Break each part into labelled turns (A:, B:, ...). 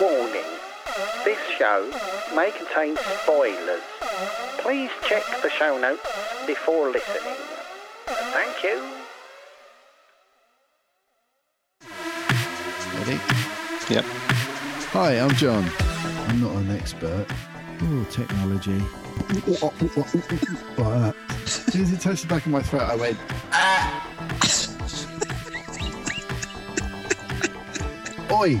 A: Warning This show may contain spoilers. Please check the show notes before listening. Thank you.
B: Ready?
C: Yep.
B: Hi, I'm John. I'm not an expert. Oh, technology. Like that. As soon as it touched the back of my throat, I went, ah! Oi!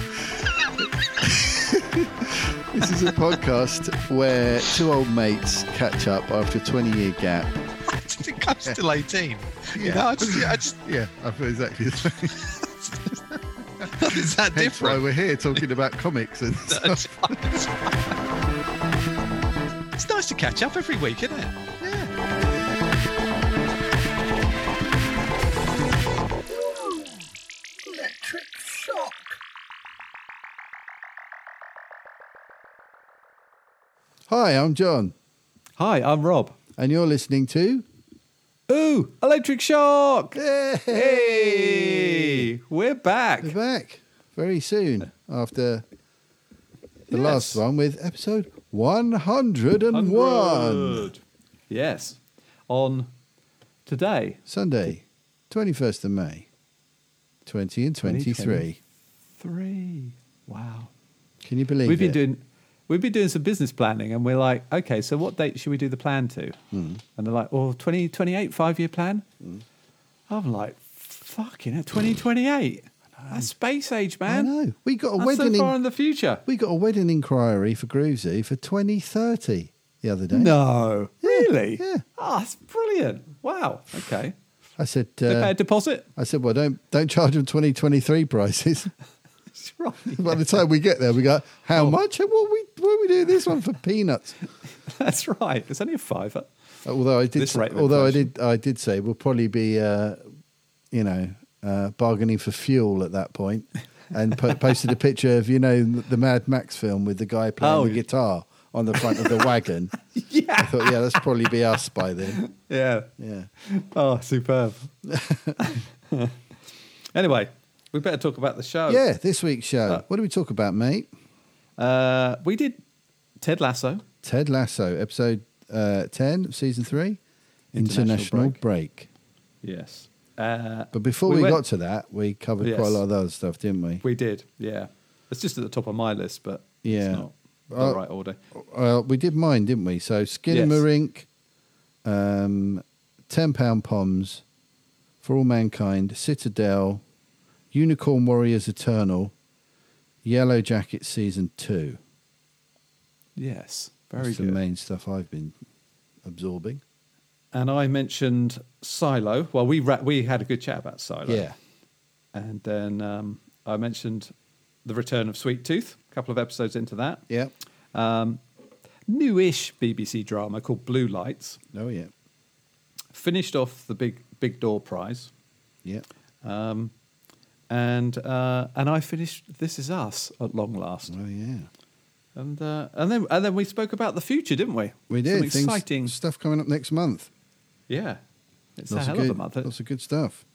B: this is a podcast where two old mates catch up after a 20 year gap.
C: I think I'm still 18. You know, I just, I just,
B: Yeah, I feel exactly the same.
C: it's that
B: That's why
C: different.
B: we're here talking about comics and stuff.
C: it's nice to catch up every week, isn't it?
B: Yeah.
A: Electric shock.
B: Hi, I'm John,
D: Hi, I'm Rob.
B: and you're listening to.
D: Ooh, electric shock!
B: Hey!
D: Hey, we're back.
B: We're back very soon after the
D: Yes.
B: last one with episode 101.
D: Yes, on today.
B: Sunday, 21st of May, 20 and 23.
D: Three. Wow.
B: Can you believe
D: we've been
B: it?
D: doing we've been doing some business planning, and we're like, okay, so what date should we do the plan to?
B: Hmm.
D: And they're like, oh, 2028, five year plan. I'm like, fucking it, 2028. That's space age,
B: I
D: man.
B: know. We got a
D: That's so
B: wedding
D: far
B: in-
D: in the future.
B: we got a wedding inquiry for Groovesy for 2030 the other day.
D: No, really?
B: yeah.
D: Oh, that's brilliant. Wow. Okay.
B: I said
D: They pay
B: uh,
D: a deposit.
B: I said well don't don't charge them 2023 prices.
D: That's right.
B: By the time we get there we go how much and what we what we doing this one for peanuts.
D: That's right. It's only a fiver.
B: Although I did,
D: This rate of
B: although I
D: inflation.
B: did, I did say we'll probably be, uh, you know, uh, bargaining for fuel at that point, and po- posted a picture of you know the Mad Max film with the guy playing
D: Oh,
B: the
D: yeah.
B: guitar on the front of the wagon. I
D: Yeah.
B: thought, yeah, that's probably be us by then.
D: Yeah.
B: Yeah,
D: Oh, superb. anyway, we better talk about the show.
B: yeah. This week's show. what do we talk about, mate?
D: Uh, we did Ted Lasso.
B: Ted Lasso, episode uh, ten, of season three, international,
D: International
B: break.
D: break. Yes. Uh,
B: But before
D: We
B: we,
D: went-
B: got to that, we covered
D: Yes.
B: quite a lot of other stuff, didn't we?
D: we did. Yeah. It's just at the top of my list, but
B: Yeah.
D: it's not the
B: Uh,
D: right order.
B: Well, we did mine, didn't we? So Skinamarink, um, ten pound poms for all mankind, Citadel, Unicorn Warriors Eternal, Yellow Jacket season two.
D: Yes. Very
B: That's
D: good.
B: the main stuff I've been absorbing.
D: and I mentioned Silo. Well, we ra- we had a good chat about Silo.
B: Yeah,
D: And then um, I mentioned the return of Sweet Tooth. A couple of episodes into that.
B: yeah,
D: Newish BBC drama called Blue Lights.
B: oh yeah,
D: Finished off the big Big Door Prize,
B: yeah.
D: Um, and uh, and I finished This Is Us at long last.
B: Oh yeah,
D: And uh, and then and then we spoke about the future, didn't we?
B: we did
D: Some
B: Things-
D: exciting.
B: stuff coming up next month.
D: yeah, it's a
B: Lots
D: hell
B: good,
D: of a month.
B: Lots of good stuff.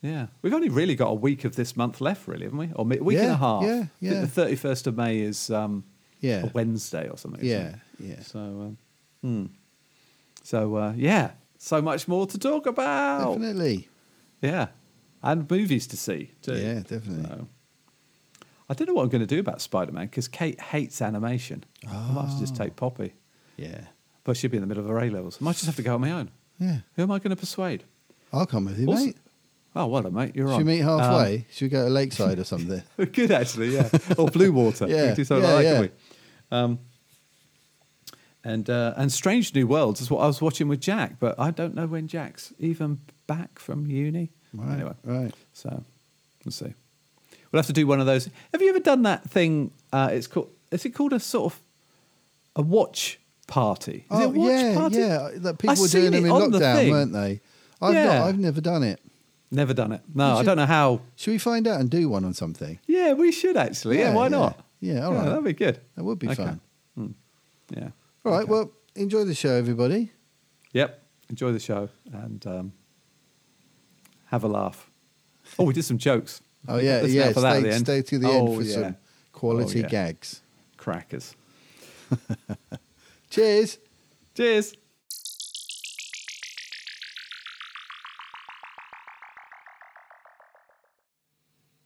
D: Yeah, we've only really got a week of this month left, really, haven't we? Or mi- week and
B: Yeah,
D: a half.
B: yeah,
D: I think
B: yeah.
D: The thirty-first of May is um,
B: Yeah.
D: a Wednesday or something. isn't
B: Yeah,
D: it?
B: yeah.
D: So, um, hmm. so uh, yeah, so much more to talk about.
B: Definitely.
D: Yeah, and movies to see too.
B: Yeah, definitely.
D: So, I don't know what I'm going to do about Spider-Man because Kate hates animation. I might have to
B: Ah.
D: just take Poppy,
B: Yeah,
D: but she'll be in the middle of her A levels. I might just have to go on my own.
B: yeah.
D: Who am I going to persuade?
B: I'll come with you,
D: Also-
B: mate.
D: Oh, well, done, mate, you're
B: Should
D: on.
B: we meet
D: Um,
B: halfway? Should we go to Lakeside or something?
D: We could actually, yeah. Or blue water.
B: Yeah,
D: We could do something
B: yeah,
D: like
B: yeah.
D: that, could we? Um, and uh, and Strange New Worlds is what I was watching with Jack, but I don't know when Jack's even back from uni.
B: Right,
D: Anyway,
B: right.
D: so we'll see. We'll have to do one of those. Have you ever done that thing? Uh, it's called. Is it called a sort of a watch party. Is
B: oh,
D: it watch
B: yeah,
D: party?
B: yeah. That people
D: I
B: were
D: seen
B: doing them
D: it
B: in
D: on the
B: lockdown,
D: thing.
B: weren't they? I've not,
D: Yeah.
B: I've never done it.
D: Never done it. No,
B: You
D: I
B: should-
D: don't know how.
B: Should we find out and do one on something?
D: Yeah, we should actually. Yeah,
B: Yeah,
D: why
B: yeah.
D: not?
B: Yeah, all right.
D: that'd be good.
B: That would be
D: Okay.
B: fun.
D: Yeah.
B: All right.
D: Okay.
B: Well, enjoy the show, everybody.
D: Yep. Enjoy the show and um, have a laugh. Oh, we did some jokes.
B: Oh yeah,
D: Listen
B: yeah.
D: out for that at
B: Stay,
D: the end.
B: stay to the
D: Oh,
B: end for
D: yeah.
B: some quality
D: Oh, yeah.
B: gags.
D: Crackers.
B: Cheers.
D: Cheers.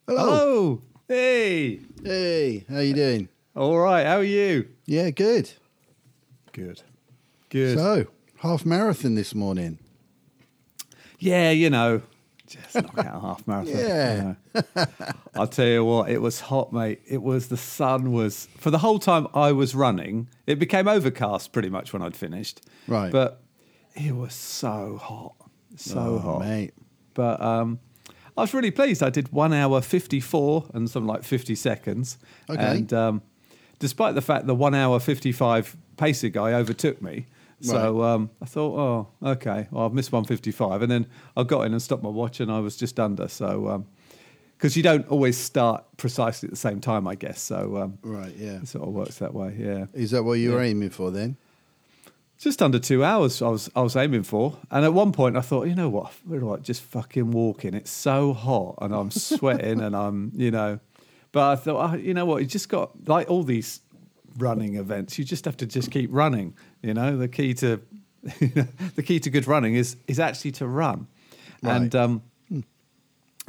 B: Hello.
D: Hello. Hey.
B: Hey, how you doing?
D: All right. How are you?
B: Yeah, good.
D: Good. Good.
B: So, half marathon this morning.
D: Yeah, you know, just knock out a half marathon.
B: Yeah.
D: you know. I'll tell you what, it was hot, mate. It was the sun was for the whole time I was running. It became overcast pretty much when I'd finished.
B: Right.
D: but it was so hot, so
B: Oh,
D: hot,
B: mate.
D: But um, I was really pleased. I did one hour fifty four and something like fifty seconds.
B: Okay.
D: And um, despite the fact the one hour fifty five pacer guy overtook me. So um, I thought, oh, okay, well, I've missed 155. And then I got in and stopped my watch and I was just under. So, because you don't always start precisely at the same time, I guess. So um,
B: Right, yeah.
D: it sort of works that way, yeah.
B: Is that what you were aiming for then?
D: Just under two hours, I was I was aiming for, and at one point I thought, you know what, we're like just fucking walking. It's so hot, and I'm sweating, and I'm you know, but I thought, oh, you know what, you just got like all these running events, you just have to just keep running. You know, the key to the key to good running is is actually to run, and
B: Right.
D: um,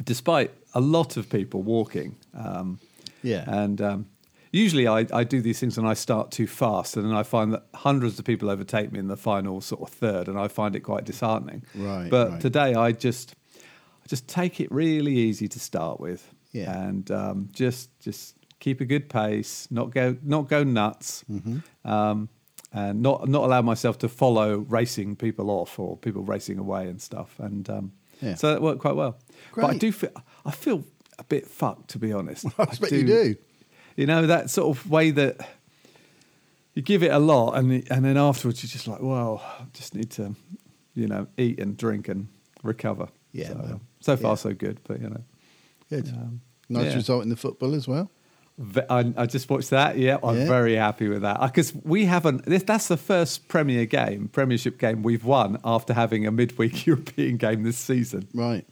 D: despite a lot of people walking, um,
B: Yeah.
D: and um, usually I, I do these things and I start too fast, and then I find that hundreds of people overtake me in the final sort of third, and I find it quite disheartening.
B: Right,
D: But
B: right.
D: today I just I just take it really easy to start with,
B: Yeah.
D: and um, just just keep a good pace, not go not go nuts.
B: Mm-hmm.
D: Um, and not not allow myself to follow racing people off or people racing away and stuff, and um,
B: Yeah.
D: so that worked quite well. But I
B: Great.
D: do feel I feel a bit fucked to be honest.
B: I expect you do.
D: You know that sort of way that you give it a lot, and and then afterwards you're just like, well, I just need to, you know, eat and drink and recover.
B: Yeah,
D: So,
B: man.
D: so far
B: Yeah.
D: so good, but you know.
B: Good.
D: um,
B: nice
D: yeah.
B: result in the football as well.
D: Ve- I, I just watched that. Yeah, I'm
B: Yeah.
D: very happy with that because we haven't. This, that's the first Premier game, Premiership game we've won after having a midweek European game this season.
B: Right.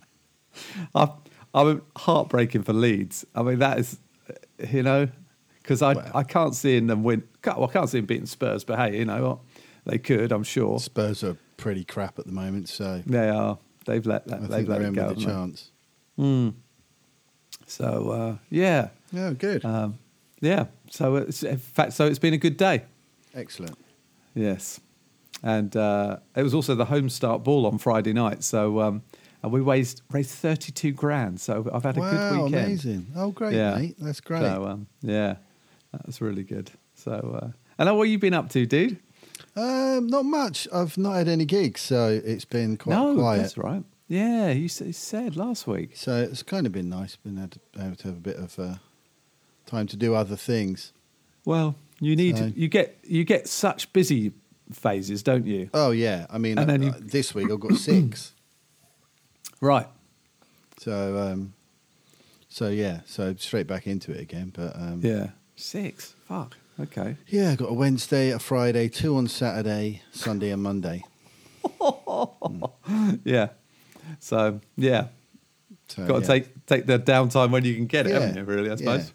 D: I, I'm heartbreaking for Leeds. I mean, that is, you know, because I,
B: Wow.
D: I can't see them win. Can't, well, I can't see them beating Spurs, but hey, you know what? They could, I'm sure.
B: Spurs are pretty crap at the moment, so
D: They are. They've let
B: I
D: that.
B: think
D: they've
B: they're
D: let
B: in
D: it
B: with a
D: go. haven't they?
B: chance.
D: So uh, yeah,
B: Oh, good.
D: um, yeah. So it's, in fact, so it's been a good day.
B: Excellent.
D: Yes. And uh, it was also the home start ball on Friday night. So um, and we raised raised 32 grand. So I've had a good
B: wow,
D: weekend.
B: amazing. Oh, great, mate. That's great.
D: So, um, yeah, that was really good. So, uh, and uh, what you been up to, dude?
B: um, not much. I've not had any gigs, so it's been quite
D: no,
B: quiet.
D: that's right. Yeah, you s- you said last week.
B: So it's kind of been nice been able to, able to have a bit of uh, time to do other things.
D: Well, you need
B: So-
D: you get you get such busy phases, don't you?
B: Oh yeah, I mean,
D: And then
B: uh,
D: you-
B: uh, this week I've got six.
D: Right.
B: So um, so yeah, so straight back into it again. But um,
D: Yeah. Six. Fuck. Okay.
B: yeah, I got a Wednesday, a Friday, two on Saturday, Sunday, and Monday.
D: Yeah. So yeah,
B: So,
D: got to
B: Oh, yeah.
D: take take the downtime when you can get it,
B: Yeah.
D: haven't you? Really, I suppose.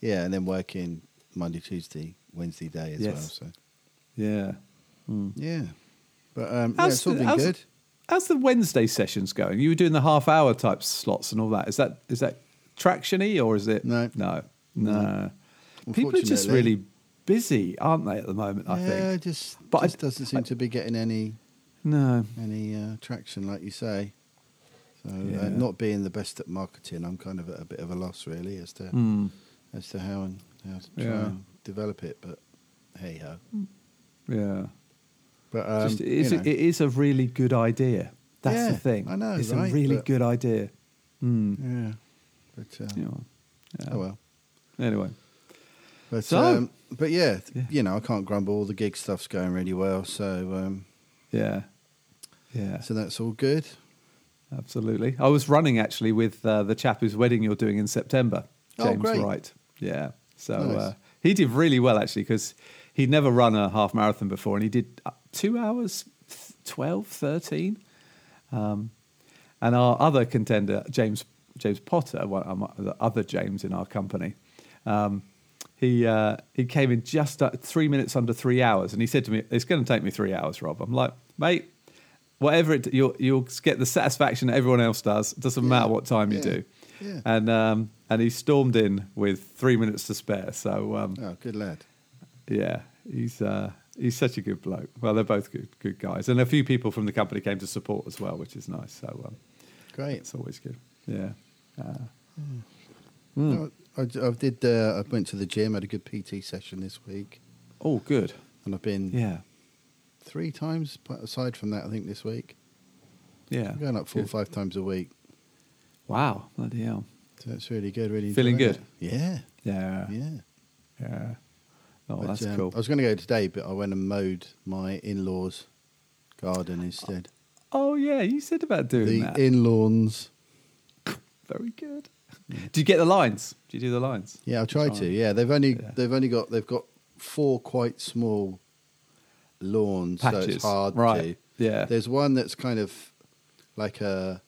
B: Yeah. yeah, and then working Monday, Tuesday, Wednesday day as
D: Yes.
B: well. So
D: Yeah.
B: yeah, but um, yeah, it's all been
D: how's,
B: good.
D: how's the Wednesday sessions going? You were doing the half hour type slots and all that. Is that is that tractiony or is it
B: No.
D: no no? People are just
B: Unfortunately.
D: really busy, aren't they, at the moment? I
B: yeah,
D: think
B: just
D: But I-
B: just doesn't seem to be getting any
D: no.
B: any uh, traction, like you say. So,
D: Yeah.
B: uh, not being the best at marketing, I'm kind of at a bit of a loss, really, as to
D: Mm.
B: as to how and how to try
D: Yeah.
B: and develop it. But hey ho.
D: Yeah,
B: But um,
D: just, it,
B: you
D: is,
B: know,
D: it is a really good idea. That's the
B: Yeah,
D: thing.
B: I know,
D: It's
B: right?
D: a really
B: But-
D: good idea. Mm.
B: yeah. But uh,
D: You know, yeah.
B: oh well.
D: Anyway,
B: But
D: So-
B: um, But yeah,
D: Yeah.
B: you know, I can't grumble. The gig stuff's going really well, so um,
D: Yeah. Yeah.
B: so that's all good.
D: Absolutely. I was running actually with uh, the chap whose wedding you're doing in September,
B: Oh,
D: James
B: great.
D: Wright. Yeah. So
B: Nice.
D: uh, he did really well actually because he'd never run a half marathon before and he did uh, two hours, th- 12, 13. Um, and our other contender, James James Potter, one, um, the other James in our company, um, he uh, he came in just uh, three minutes under three hours, and he said to me, "It's going to take me three hours, Rob." I'm like, "Mate, whatever it you'll you'll get the satisfaction that everyone else does. It doesn't matter what time you
B: yeah,
D: do."
B: yeah.
D: And um, and he stormed in with three minutes to spare. So um,
B: Oh, good lad.
D: yeah, he's uh, he's such a good bloke. Well, they're both good good guys, and a few people from the company came to support as well, which is nice. So. Um,
B: Great.
D: it's always good. Yeah. Uh,
B: No, I, I did. Uh, I went to the gym. Had a good PT session this week,
D: oh, good.
B: and I've been
D: Yeah.
B: three times. But aside from that, I think this week
D: Yeah.
B: I'm going up four or
D: Good.
B: five times a week.
D: Wow. Bloody hell.
B: So that's really good. Really
D: Feeling
B: enjoying
D: good?
B: it. Yeah,
D: Yeah. Yeah.
B: yeah.
D: Oh,
B: But,
D: that's
B: um,
D: cool.
B: I was going to go today, but I went and mowed my in-laws' garden instead.
D: oh, yeah. You said about doing
B: the
D: that.
B: in-lawns.
D: Very good. Do you get the lines? Do you do the lines?
B: Yeah, I tried to. Yeah, they've only
D: Yeah.
B: they've only got they've got four quite small lawns, so
D: Patches.
B: it's hard
D: right.
B: to.
D: Yeah.
B: There's one that's kind of like a,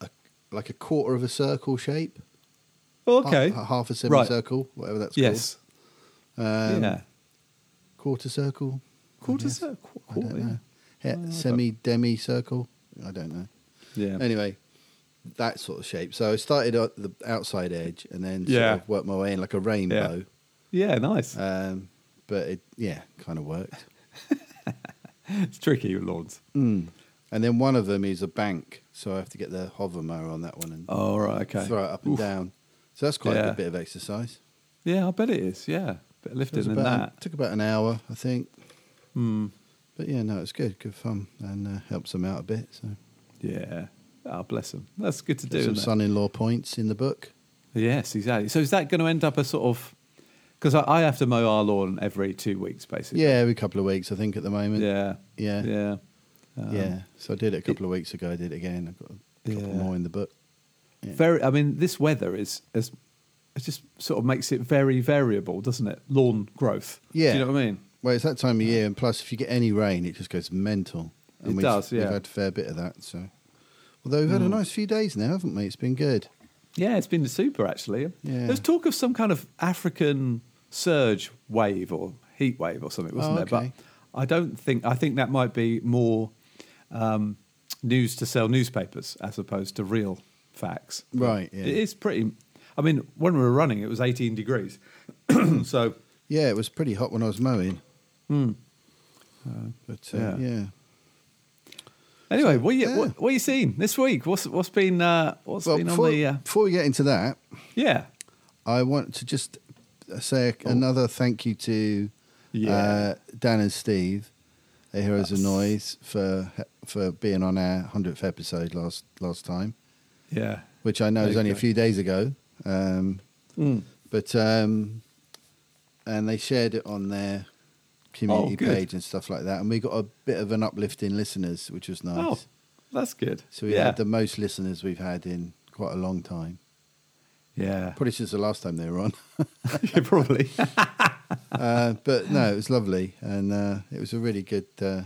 B: a like a quarter of a circle shape.
D: Oh, okay.
B: Half, a- half a
D: Right.
B: semicircle, whatever that's
D: yes.
B: called. Um,
D: yeah.
B: Quarter circle.
D: Quarter
B: guess.
D: circle.
B: I
D: Quarter.
B: don't
D: Yeah.
B: know. Yeah,
D: Well, Oh, I
B: semi demi circle. I don't know.
D: Yeah.
B: Anyway, that sort of shape. So I started at the outside edge and then
D: Yeah.
B: sort of worked my way in like a rainbow.
D: yeah. Nice.
B: Um, but it, yeah, kind of worked.
D: it's tricky, lawns.
B: And then one of them is a bank, so I have to get the hover mower on that one and
D: Oh, right. Okay.
B: throw it up and
D: Oof.
B: down. So that's quite a
D: Yeah.
B: good bit of exercise.
D: Yeah. I bet it is. Yeah.
B: It
D: Bit of
B: was
D: lifting than
B: about-
D: that.
B: took about an hour, I think.
D: Hmm.
B: But yeah, no, it's good, good fun, and uh, helps them out a bit. So
D: Yeah. Oh, bless him. That's good to
B: Got
D: do.
B: some
D: isn't it?
B: son-in-law points in the book.
D: Yes, exactly. So is that going to end up a sort of because I, I have to mow our lawn every two weeks, basically.
B: Yeah, every couple of weeks, I think, at the moment.
D: yeah,
B: yeah, yeah.
D: yeah. Um,
B: So I did it a couple of weeks ago. I did it again. I've got a couple
D: Yeah.
B: more in the book. Yeah.
D: Very. I mean, this weather is is it just sort of makes it very variable, doesn't it? Lawn growth.
B: Yeah.
D: Do you know what I mean?
B: Well, it's that time of year, and plus, if you get any rain, it just goes mental. And
D: It
B: we've,
D: does,
B: We've
D: yeah. Hmm.
B: had a fair bit of that. So, although we've had a nice few days now, haven't we? It's been good.
D: Yeah, it's been super actually.
B: Yeah.
D: There's talk of some kind of African surge wave or heat wave or something, wasn't
B: Oh,
D: there?
B: okay.
D: But I don't think I think that might be more um, news to sell newspapers as opposed to real facts. But
B: Right, yeah.
D: It is pretty. I mean, when we were running, it was 18 degrees. so
B: Yeah, it was pretty hot when I was mowing. but uh,
D: Hmm. yeah.
B: yeah.
D: anyway, what you
B: yeah.
D: what, what you seeing this week? What's what's been uh, what's
B: Well,
D: been
B: before,
D: on the uh,
B: before we get into that,
D: yeah
B: I want to just say another thank you to
D: Oh. Yeah.
B: uh, Dan and Steve, the Heroes of Noise, for for being on our hundredth episode last last time,
D: yeah
B: which I know was
D: Okay.
B: only a few days ago. Um, but um, and they shared it on their community
D: Oh, good.
B: page and stuff like that, and we got a bit of an uplift in listeners, which was nice.
D: oh that's good.
B: So we
D: yeah.
B: had the most listeners we've had in quite a long time,
D: yeah
B: probably since the last time they were on.
D: Yeah, probably.
B: uh, but no, it was lovely, and uh, it was a really good, uh,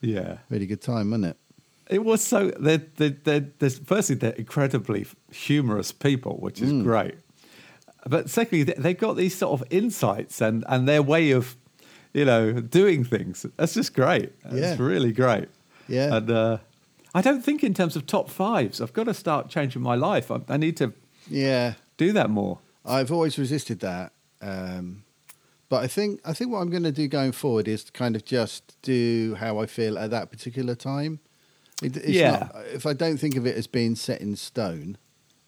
D: yeah.
B: really good time, wasn't it?
D: It was so. They're, they're, they're, they're, firstly, they're incredibly humorous people, which
B: Mm.
D: is great. But secondly, they- they've got these sort of insights and, and their way of, you know, doing things. That's just great.
B: Yeah.
D: It's really great.
B: Yeah.
D: And uh, I don't think in terms of top fives. I've got to start changing my life. I, I need to
B: Yeah,
D: do that more.
B: I've always resisted that, um, but I think I think what I'm going to do going forward is to kind of just do how I feel at that particular time. It, it's
D: Yeah.
B: not- if I don't think of it as being set in stone,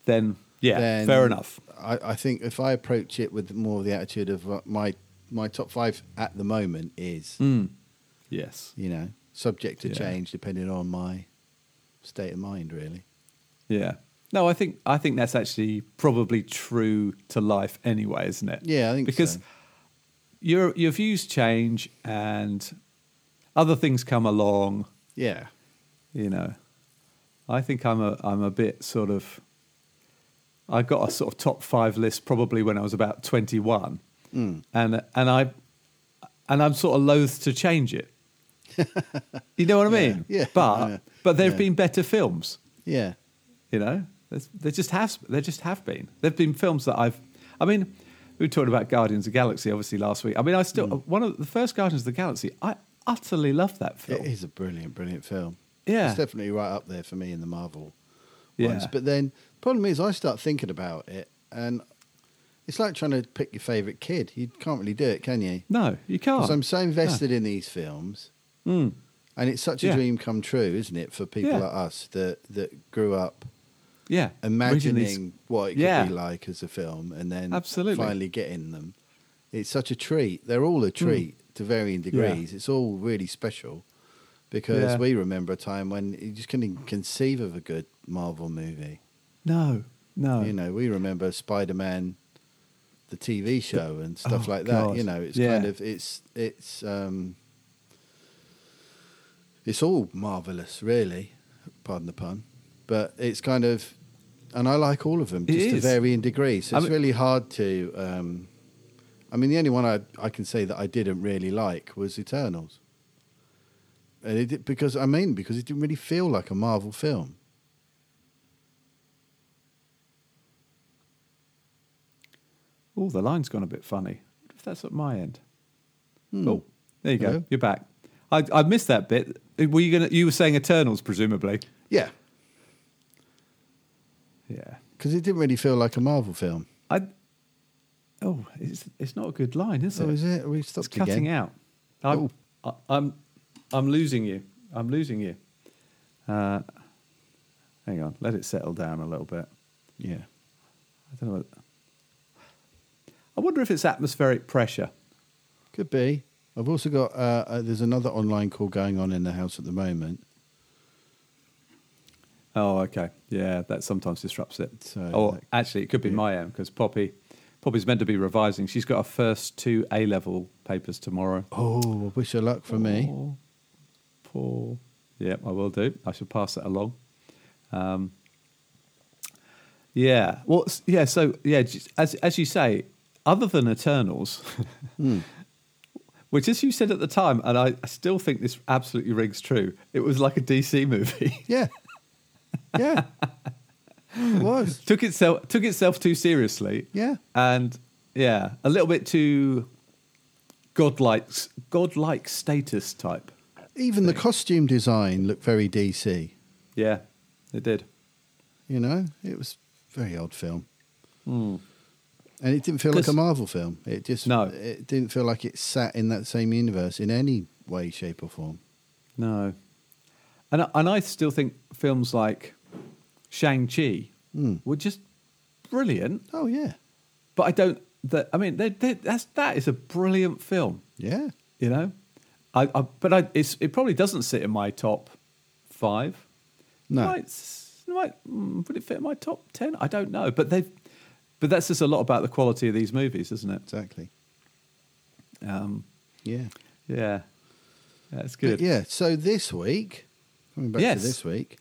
D: Then, yeah,
B: then
D: fair enough.
B: I, I think if I approach it with more of the attitude of uh, my my top five at the moment is
D: Mm. Yes.
B: you know subject to
D: Yeah.
B: change depending on my state of mind, really.
D: Yeah. No, I think I think that's actually probably true to life anyway, isn't it?
B: Yeah, I think
D: because
B: so.
D: your your views change and other things come along.
B: Yeah.
D: You know, I think I'm a I'm a bit sort of. I got a sort of top five list probably when I was about 21,
B: Hmm.
D: and and I, and I'm sort of loath to change it. you know what I mean?
B: yeah,
D: But
B: yeah,
D: but there have
B: yeah.
D: been better films.
B: Yeah.
D: You know, There's- there just have there just have been. There've been films that I've. I mean, we were talking about Guardians of the Galaxy obviously last week. I mean, I still one of the first Guardians of the Galaxy. I utterly love that film.
B: Mm. It is a brilliant, brilliant film.
D: Yeah.
B: It's definitely right up there for me in the Marvel ones.
D: Yeah.
B: But then problem is I start thinking about it and it's like trying to pick your favourite kid. You can't really do it, can you?
D: No, you can't.
B: Because I'm so invested in these films.
D: Mm.
B: And it's such a
D: Yeah.
B: dream come true, isn't it, for people
D: Yeah.
B: like us that, that grew up
D: yeah, reading
B: imagining
D: these-
B: what it could
D: Yeah.
B: be like as a film and then
D: Absolutely.
B: finally getting them. It's such a treat. They're all a
D: Hmm.
B: treat to varying degrees. It's all really special because
D: Yeah.
B: we remember a time when you just couldn't conceive of a good Marvel movie.
D: No, no.
B: You know, we remember Spider Man, the TV show, and stuff
D: Oh,
B: like that.
D: God.
B: You know, it's
D: Yeah.
B: kind of it's it's um, it's all marvelous, really. Pardon the pun, but it's kind of, and I like all of them,
D: It
B: just to
D: is.
B: varying degrees. So
D: I
B: it's
D: mean-
B: really hard to. Um, I mean, the only one I I can say that I didn't really like was Eternals. And it did- because I mean because it didn't really feel like a Marvel film.
D: Oh, the line's gone a bit funny. I wonder if that's at my end.
B: Hmm.
D: Oh, there you go.
B: Hello?
D: You're back. I I missed that bit. Were you gonna? You were saying Eternals, presumably.
B: Yeah,
D: Yeah.
B: because it didn't really feel like a Marvel film.
D: I. Oh, it's it's not a good line, is
B: Oh,
D: it?
B: is it? We
D: It's
B: stopped
D: cutting
B: again.
D: out. I'm, I, I'm I'm losing you. I'm losing you. Uh, hang on. Let it settle down a little bit.
B: Yeah.
D: I don't know. What, I wonder if it's atmospheric pressure.
B: Could be. I've also got. Uh, uh, there's another online call going on in the house at the moment.
D: Oh, okay. Yeah, that sometimes disrupts it.
B: So,
D: or
B: like-
D: actually, it could be
B: yeah.
D: my end because Poppy, Poppy's meant to be revising. She's got her first two A level papers tomorrow.
B: Oh, wish her luck for me.
D: Poor, poor. Yeah, I will do. I shall pass that along. Um, yeah. Well, s- yeah. So yeah, j- as as you say, other than Eternals,
B: Hmm.
D: which as you said at the time, and I, I still think this absolutely rings true. It was like a DC movie.
B: Yeah. Yeah. it was.
D: took itself took itself too seriously.
B: Yeah.
D: And yeah, a little bit too godlike s- godlike status type.
B: Even the costume design looked very DC.
D: Yeah, it did.
B: You know, it was a very odd film, and it didn't feel like a
D: Hmm. 'Cause-
B: Marvel film. It just
D: No.
B: It didn't feel like it sat in that same universe in any way, shape, or form.
D: No. And I- and I still think films like Shang Chi
B: Hmm.
D: were just brilliant,
B: Oh yeah,
D: but I don't. That I mean, they they that's that is a brilliant film,
B: yeah.
D: you know. I, I but I it's, it probably doesn't sit in my top five.
B: No.
D: Might s- might- mm, would it fit in my top ten? I don't know, but they've. But that's just a lot about the quality of these movies, isn't it?
B: Exactly.
D: Um,
B: Yeah.
D: yeah, that's
B: But
D: good.
B: yeah. So this week, coming back
D: Yes.
B: to this week,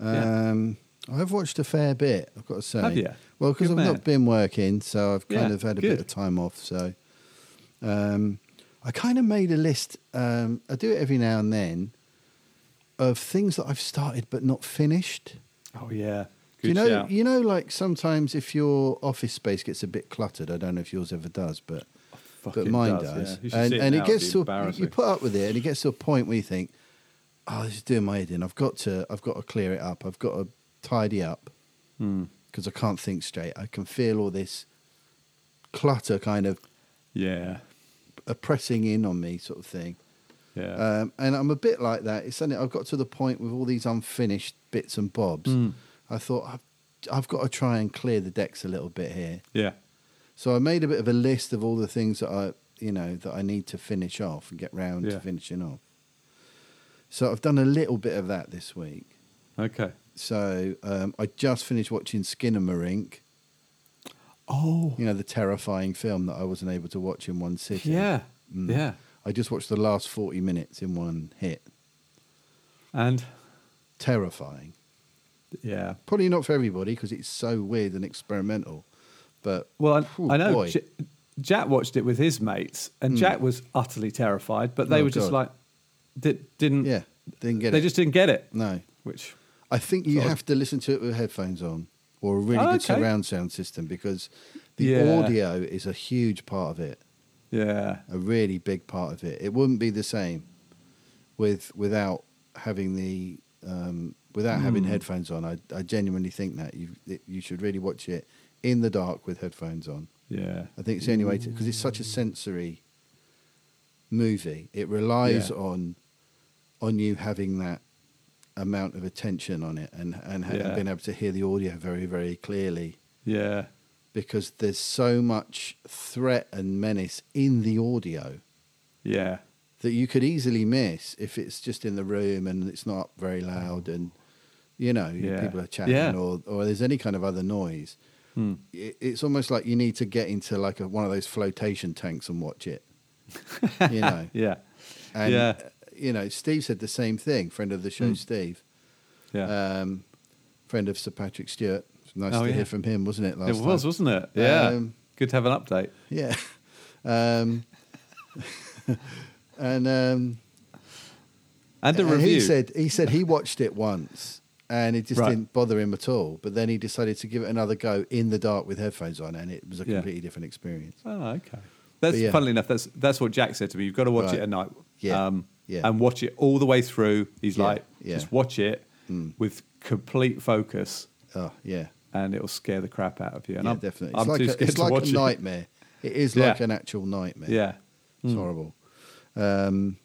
D: Yeah.
B: um, I've watched a fair bit. I've got to say.
D: Have you?
B: Well, because I've
D: Good man.
B: not been working, so I've kind
D: Yeah,
B: of had a bit
D: good.
B: of time off. So, um, I kind of made a list. Um, I do it every now and then of things that I've started but not finished.
D: Oh yeah,
B: Do you
D: Good
B: know,
D: shout.
B: you know, like sometimes if your office space gets a bit cluttered, I don't know if yours ever does, but but
D: fucking
B: mine
D: does,
B: does.
D: yeah. You should
B: And,
D: see it
B: and
D: now,
B: it
D: it'd
B: gets
D: be
B: to a, you
D: embarrassing.
B: put up with it, and it gets to a point where you think, "Oh, this is doing my head in. I've got to, I've got to clear it up. I've got to tidy up
D: Hmm.
B: because I can't think straight. I can feel all this clutter kind of
D: Yeah,
B: uh, pressing in on me, sort of thing.
D: yeah.
B: Um, and I'm a bit like that. It's something I've got to the point with all these unfinished bits and bobs.
D: Hmm.
B: I thought I've, I've got to try and clear the decks a little bit here.
D: Yeah.
B: So I made a bit of a list of all the things that I, you know, that I need to finish off and get round to
D: Yeah.
B: finishing off. So I've done a little bit of that this week.
D: Okay.
B: So um, I just finished watching Skinnamarink.
D: Oh,
B: You know, the terrifying film that I wasn't able to watch in one sitting.
D: yeah.
B: Hmm.
D: Yeah.
B: I just watched the last 40 minutes in one hit.
D: And
B: Terrifying.
D: yeah.
B: Probably not for everybody because it's so weird and experimental. But
D: Well, I,
B: phew,
D: I know
B: boy. Hmm.
D: J- Jack watched it with his mates, and Jack was utterly terrified, but they
B: Oh,
D: were just
B: God.
D: like, di- didn't,
B: yeah, didn't get
D: they
B: it.
D: just didn't get it.
B: no.
D: Which,
B: I think you have to listen to it with headphones on or a really
D: Oh,
B: good
D: okay.
B: surround sound system because the
D: Yeah.
B: audio is a huge part of it,
D: yeah,
B: a really big part of it. It wouldn't be the same with without having the um, without
D: Hmm.
B: having headphones on. I, I genuinely think that you that you should really watch it in the dark with headphones on.
D: yeah,
B: I think it's the only way to because it's such a sensory movie. It relies
D: Yeah.
B: on on you having that amount of attention on it and and, ha- and
D: Yeah.
B: being able to hear the audio very very clearly
D: yeah,
B: because there's so much threat and menace in the audio
D: yeah,
B: that you could easily miss if it's just in the room and it's not very loud and you know
D: Yeah.
B: people are chatting
D: Yeah.
B: or or there's any kind of other noise.
D: Hmm.
B: It, it's almost like you need to get into like a, one of those flotation tanks and watch it. you know,
D: yeah,
B: and uh,
D: Yeah. Hmm.
B: you know, Steve said the same thing. Friend of the show, Steve,
D: yeah.
B: um, friend of Sir Patrick Stewart. It's nice
D: Oh,
B: to
D: yeah.
B: hear from him, wasn't it? Last
D: it was,
B: time?
D: wasn't it? Yeah.
B: Um,
D: Good to have an update.
B: Yeah. Um, and um,
D: And a
B: and
D: review.
B: He said he said he watched it once and it just
D: Right.
B: didn't bother him at all. But then he decided to give it another go in the dark with headphones on, and it was a
D: Yeah.
B: completely different experience.
D: oh, okay. That's
B: yeah.
D: funnily enough, that's that's what Jack said to me. You've got to watch
B: Right.
D: it at night. Um,
B: Yeah. Yeah.
D: And watch it all the way through. He's
B: Yeah.
D: like,
B: Yeah. Mm.
D: just watch it with complete focus.
B: Oh yeah,
D: And it'll scare the crap out of you. And
B: yeah,
D: I'm,
B: definitely.
D: I'm
B: it's like
D: too
B: a,
D: scared
B: it's
D: to
B: like
D: watch
B: a
D: it.
B: nightmare. It is
D: Yeah.
B: like an actual nightmare.
D: Yeah. Hmm.
B: it's horrible. Um,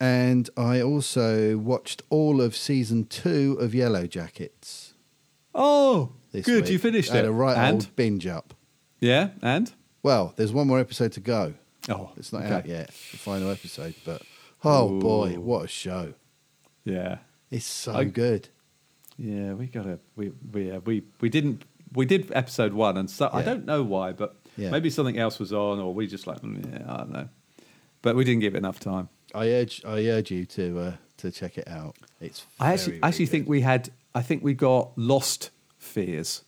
B: and I also watched all of season two of Yellow Jackets.
D: Oh,
B: This
D: good.
B: week.
D: You finished
B: I had
D: it.
B: a right
D: and
B: old binge up.
D: yeah, and
B: Well, there's one more episode to go.
D: oh,
B: It's not
D: okay.
B: out yet, the final episode, but oh boy, what a show!
D: Yeah,
B: It's so
D: I-
B: good.
D: yeah. We got to we we uh, we we didn't we did episode one, and so I
B: Yeah.
D: don't know why, but
B: Yeah.
D: maybe something else was on, or we just like mm, yeah, I don't know, but we didn't give it enough time.
B: I urge I urge you to uh, to check it out. It's
D: I actually
B: very,
D: I actually
B: very
D: think
B: good.
D: we had I think we got lost fears,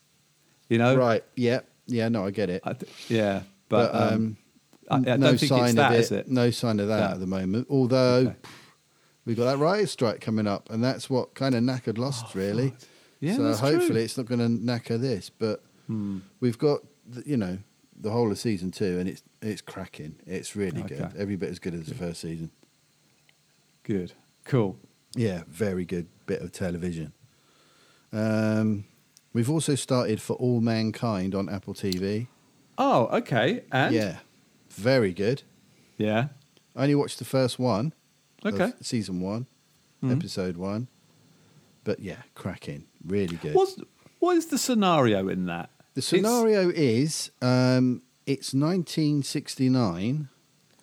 D: you know.
B: right. Yeah, yeah. No, I get it.
D: I th- yeah,
B: but
D: but, um,
B: um,
D: I, I don't
B: no
D: think
B: sign
D: it's that,
B: of it,
D: is it?
B: No sign of that
D: No.
B: at the moment. Although
D: Okay.
B: we've got that riot strike coming up, and that's what kind of knackered lost really.
D: Oh, Yeah,
B: so
D: that's true. Hmm.
B: hopefully it's not going to knacker this, but we've got the, you know the whole of season two, and it's it's cracking. It's really good.
D: Okay.
B: Every bit as good as the first season.
D: Good, cool.
B: Yeah, very good bit of television. Um, we've also started for all mankind on Apple TV.
D: Oh, okay, and
B: Yeah, very good.
D: yeah,
B: I only watched the first one. of
D: okay.
B: season one,
D: Mhm.
B: episode one. But yeah, cracking. Really good.
D: What's what is the scenario in that?
B: the
D: It's-
B: scenario is um, it's 1969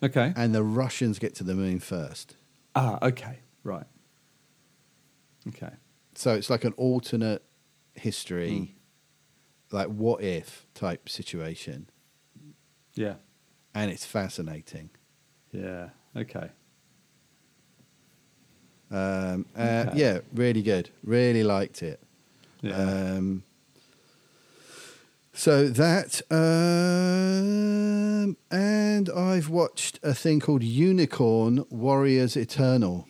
D: okay.
B: and the Russians get to the moon first.
D: ah, okay, right. Okay.
B: So it's like an alternate history,
D: Hmm.
B: like what if type situation.
D: Yeah.
B: And it's fascinating.
D: Yeah. Okay.
B: Um, uh,
D: Okay.
B: Yeah, really good. Really liked it.
D: Yeah.
B: Um, so that, um, and I've watched a thing called Unicorn Warriors Eternal.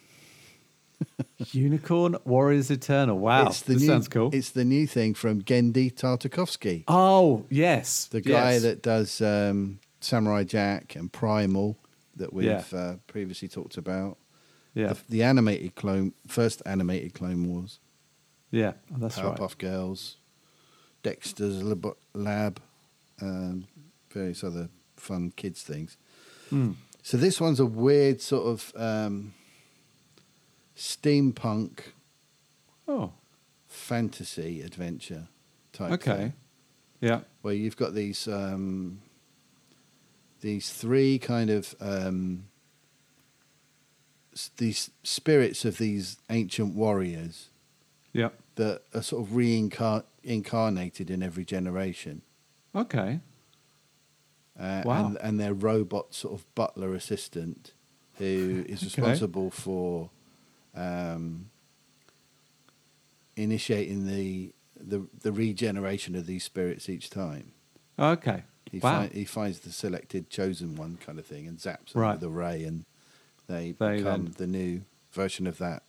D: Uh, Unicorn Warriors Eternal. Wow,
B: It's the
D: this
B: new,
D: sounds cool.
B: It's the new thing from Gendy Tartakovsky,
D: oh yes,
B: the guy
D: yes.
B: that does um, Samurai Jack and Primal that we've
D: Yeah.
B: uh, previously talked about.
D: yeah
B: The, the animated Clone, first animated Clone Wars,
D: yeah Oh, that's
B: Powerpuff
D: right.
B: Girls, Dexter's Lab, Lab um, various other fun kids things.
D: Mm.
B: So this one's a weird sort of um, steampunk
D: Oh,
B: fantasy adventure type.
D: okay.
B: thing,
D: Yeah.
B: where you've got these um, these three kind of um, s- these spirits of these ancient warriors
D: Yeah.
B: that are sort of reincarnated in every generation.
D: Okay.
B: Uh,
D: Wow.
B: and, and their robot sort of butler assistant who is responsible for um, initiating the, the the regeneration of these spirits each time.
D: Okay.
B: He,
D: wow.
B: fi- he finds the selected chosen one kind of thing and zaps them
D: Right.
B: with a ray and they,
D: They
B: become
D: then-
B: the new version of that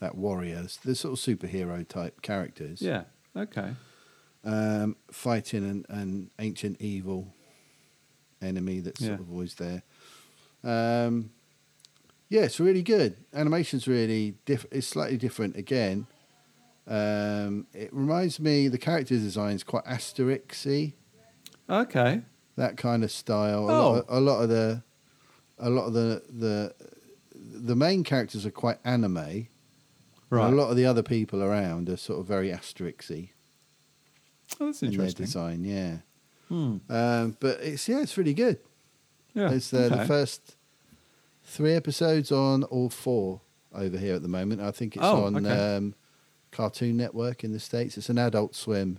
B: that warrior. The sort of superhero type characters.
D: Yeah. Okay.
B: um, fighting an, an ancient evil enemy that's sort
D: Yeah.
B: of always there. Um, yeah, it's really good. Animation's really diff- it's slightly different again. Um, it reminds me the character design's quite Asterixy,
D: Okay.
B: that kind of style. A,
D: Oh.
B: lot of, a lot of the a lot of the the the main characters are quite anime. and
D: Right.
B: A lot of the other people around are sort of very Asterixy
D: Oh, that's
B: in their
D: interesting.
B: design. Yeah.
D: Hmm.
B: Um, but it's yeah, it's really good.
D: Yeah.
B: it's uh, the
D: okay.
B: first three episodes on all four over here at the moment. I think it's
D: Oh,
B: on
D: okay.
B: um, Cartoon Network in the states. It's an Adult Swim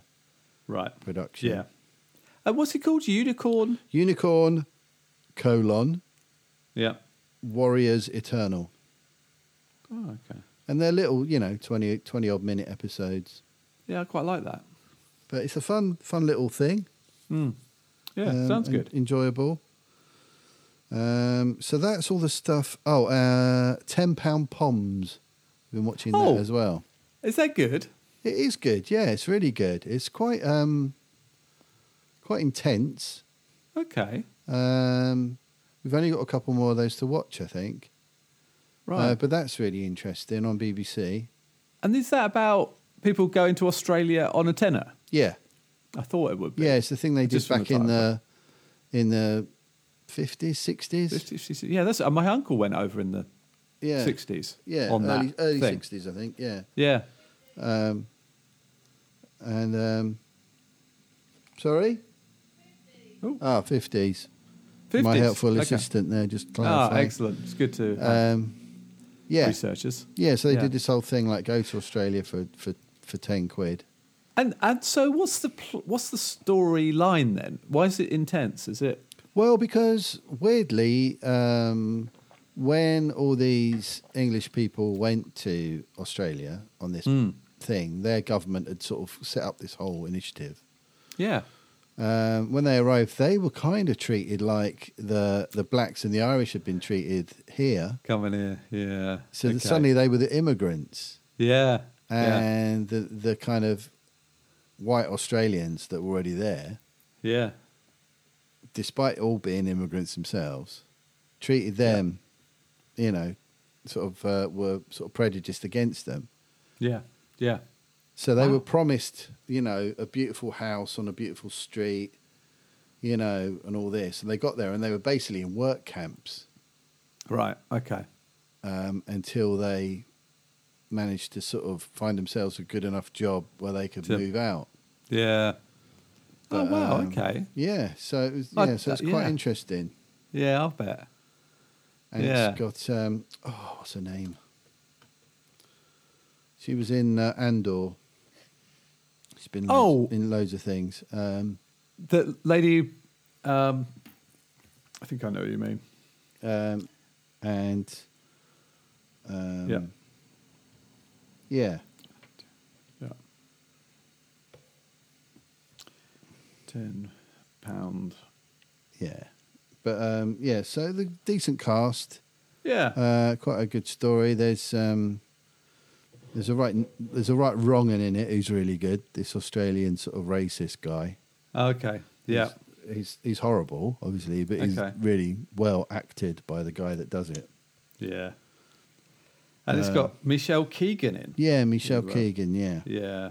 D: Right.
B: production.
D: Yeah. And what's it called? Unicorn.
B: Unicorn colon
D: Yeah.
B: Warriors Eternal,
D: Oh, okay.
B: and they're little, you know, 20, 20 odd minute episodes.
D: Yeah, I quite like that.
B: But it's a fun, fun little thing.
D: Mm. Yeah,
B: Um,
D: sounds
B: and
D: good.
B: enjoyable. Um, so that's all the stuff. Oh, uh, ten pound poms. Been watching
D: Oh.
B: that as well.
D: Is that good?
B: It is good. Yeah, it's really good. It's quite um, quite intense.
D: Okay.
B: Um, we've only got a couple more of those to watch, I think.
D: Right.
B: Uh, but that's really interesting on BBC.
D: and is that about people going to Australia on a tenner?
B: Yeah,
D: I thought it would be.
B: yeah. It's the thing they did
D: Just from
B: back
D: the
B: in
D: title.
B: the in the fifties, sixties.
D: 50, 60 yeah, that's uh, my uncle went over in the
B: Yeah,
D: 60s.
B: yeah.
D: on
B: early
D: that
B: early
D: thing.
B: sixties, I think. Yeah.
D: Yeah.
B: Um, and um, sorry,
D: Oh.
B: ah, fifties.
D: 50s.
B: My helpful
D: Okay.
B: assistant there just
D: Ah,
B: clarified.
D: excellent. It's good to have
B: Um, yeah,
D: researchers.
B: yeah. So they
D: Yeah.
B: did this whole thing like go to Australia for for for ten quid.
D: And and so what's the pl- what's the storyline then? Why is it intense? Is it
B: Well, because weirdly, um, when all these English people went to Australia on this
D: Mm.
B: thing, their government had sort of set up this whole initiative.
D: yeah.
B: Um, when they arrived, they were kind of treated like the the blacks and the Irish had been treated here.
D: Coming here. Yeah.
B: So
D: Okay.
B: that suddenly they were the Uh, immigrants.
D: Yeah. yeah.
B: and the the kind of white Australians that were already there,
D: Yeah.
B: despite all being immigrants themselves, treated them, you know, sort of uh, were sort of prejudiced against them.
D: Yeah. Yeah.
B: So they
D: Wow.
B: were promised, you know, a beautiful house on a beautiful street, you know, and all this. And they got there and they were basically in work camps
D: Right. Okay.
B: um, until they managed to sort of find themselves a good enough job where they could
D: To-
B: move out.
D: Yeah.
B: But,
D: oh wow.
B: um,
D: okay.
B: Yeah, so it was,
D: I-
B: yeah, so it's
D: uh,
B: quite
D: yeah.
B: interesting,
D: Yeah, I'll bet.
B: and
D: Yeah.
B: it's got um, oh, what's her name? She was in uh, Andor. She's been loads,
D: Oh.
B: in loads of things. Um,
D: The lady, um, I think I know what you mean.
B: um, and um,
D: Yeah.
B: yeah,
D: Yeah. Ten pound.
B: yeah. But um, yeah, so the decent cast,
D: Yeah.
B: uh, quite a good story. There's um, there's a right there's a right wronging in it who's really good. This Australian sort of racist guy.
D: Oh, okay. Yeah.
B: He's, he's he's horrible, obviously, but he's
D: Okay.
B: really well acted by the guy that does it.
D: Yeah. And it's
B: Uh,
D: got Michelle Keegan in.
B: Yeah, Michelle
D: Yeah, right.
B: Keegan. Yeah.
D: Yeah.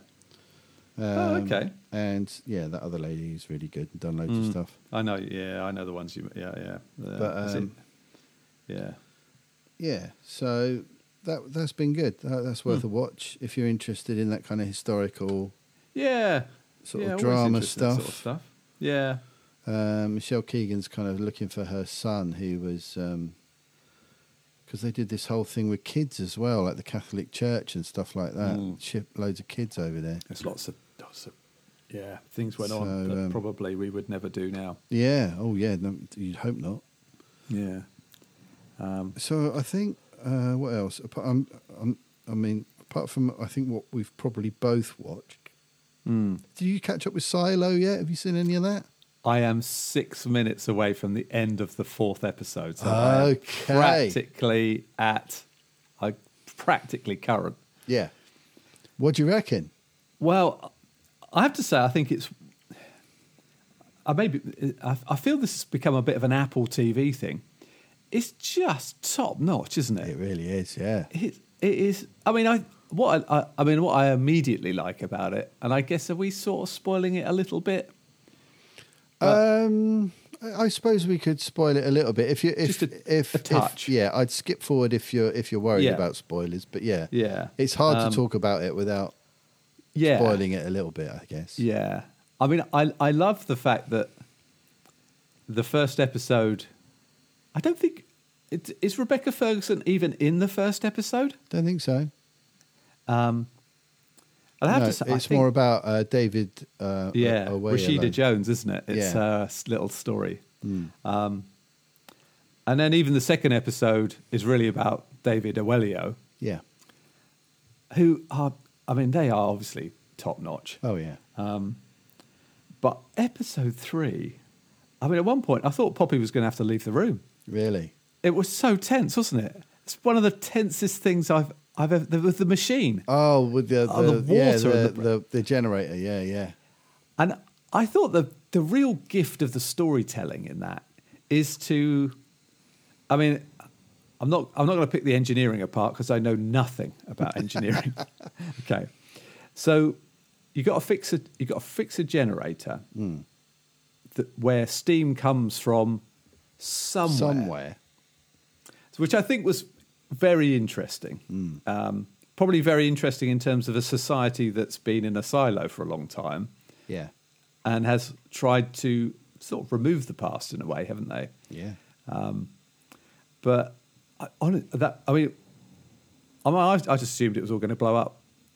D: Oh,
B: Um,
D: okay.
B: And yeah, that other lady is really good and done loads of
D: Mm.
B: stuff.
D: I know. Yeah, I know the ones you. Yeah, yeah. yeah
B: But,
D: that's it.
B: um,
D: yeah.
B: Yeah, so that that's been good. That, that's
D: Hmm.
B: worth a watch if you're interested in that kind of historical
D: Yeah.
B: sort
D: Yeah,
B: of
D: always
B: drama
D: interested in
B: stuff.
D: that sort of stuff. Yeah.
B: Um, Michelle Keegan's kind of looking for her son, who was. Um, because they did this whole thing with kids as well, like the Catholic Church and stuff like that.
D: Mm.
B: Shipped loads of kids over there.
D: There's lots of lots of yeah, things went
B: So,
D: on that
B: um,
D: probably we would never do now.
B: Yeah. Oh, yeah. No, you'd hope not.
D: Yeah. Um,
B: So I think uh, what else? Apart, um, um, I mean, apart from I think what we've probably both watched.
D: hmm.
B: Did you catch up with Silo yet? Have you seen any of that?
D: I am six minutes away from the end of the fourth episode. So I am
B: Okay.
D: practically at, I practically current.
B: Yeah. What do you reckon?
D: Well, I have to say, I think it's. I maybe I, I feel this has become a bit of an Apple TV thing. It's just top notch, isn't it?
B: It really is. Yeah.
D: It, it is. I mean, I what I, I, I mean, what I immediately like about it, and I guess are we sort of spoiling it a little bit?
B: Um, I I suppose we could spoil it a little bit if you if
D: Just a-
B: if,
D: a
B: if-
D: touch.
B: yeah, I'd skip forward if you're if you're worried
D: Yeah.
B: about spoilers. But yeah,
D: Yeah.
B: it's hard
D: Um,
B: to talk about it without
D: Yeah,
B: spoiling it a little bit. I guess.
D: Yeah. I mean, I, I love the fact that the first episode, I don't think, it, is Rebecca Ferguson even in the first episode?
B: Don't think so.
D: Um, and I have
B: No,
D: to say, I
B: it's
D: think-
B: more about uh, David. Uh,
D: yeah,
B: Oyelowo.
D: Rashida Jones, isn't it? It's
B: Yeah. Hmm.
D: her s- little story. Um, and then even the second episode is really about David Awelio,
B: Yeah.
D: who are, I mean, they are obviously top notch.
B: Oh yeah.
D: Uh, But episode three, I mean, at one point, I thought Poppy was going to have to leave the room.
B: Really.
D: It was so tense, wasn't it? It's one of the tensest things I've I've ever the, with the machine.
B: Oh, with the, the,
D: Oh, the
B: yeah,
D: water
B: the,
D: and
B: the,
D: the-
B: the generator. Yeah, yeah.
D: And I thought the the real gift of the storytelling in that is to, I mean, I'm not I'm not going to pick the engineering apart because I know nothing about engineering. okay, so you got to fix a you got to fix a generator that, where steam comes from
B: Somewhere.
D: which I think was very interesting. Um, probably very interesting in terms of a society that's been in a silo for a long time
B: Yeah.
D: and has tried to sort of remove the past in a way, haven't they?
B: Yeah.
D: But I, on that, I mean, I, mean, I, I just assumed it was all going to blow up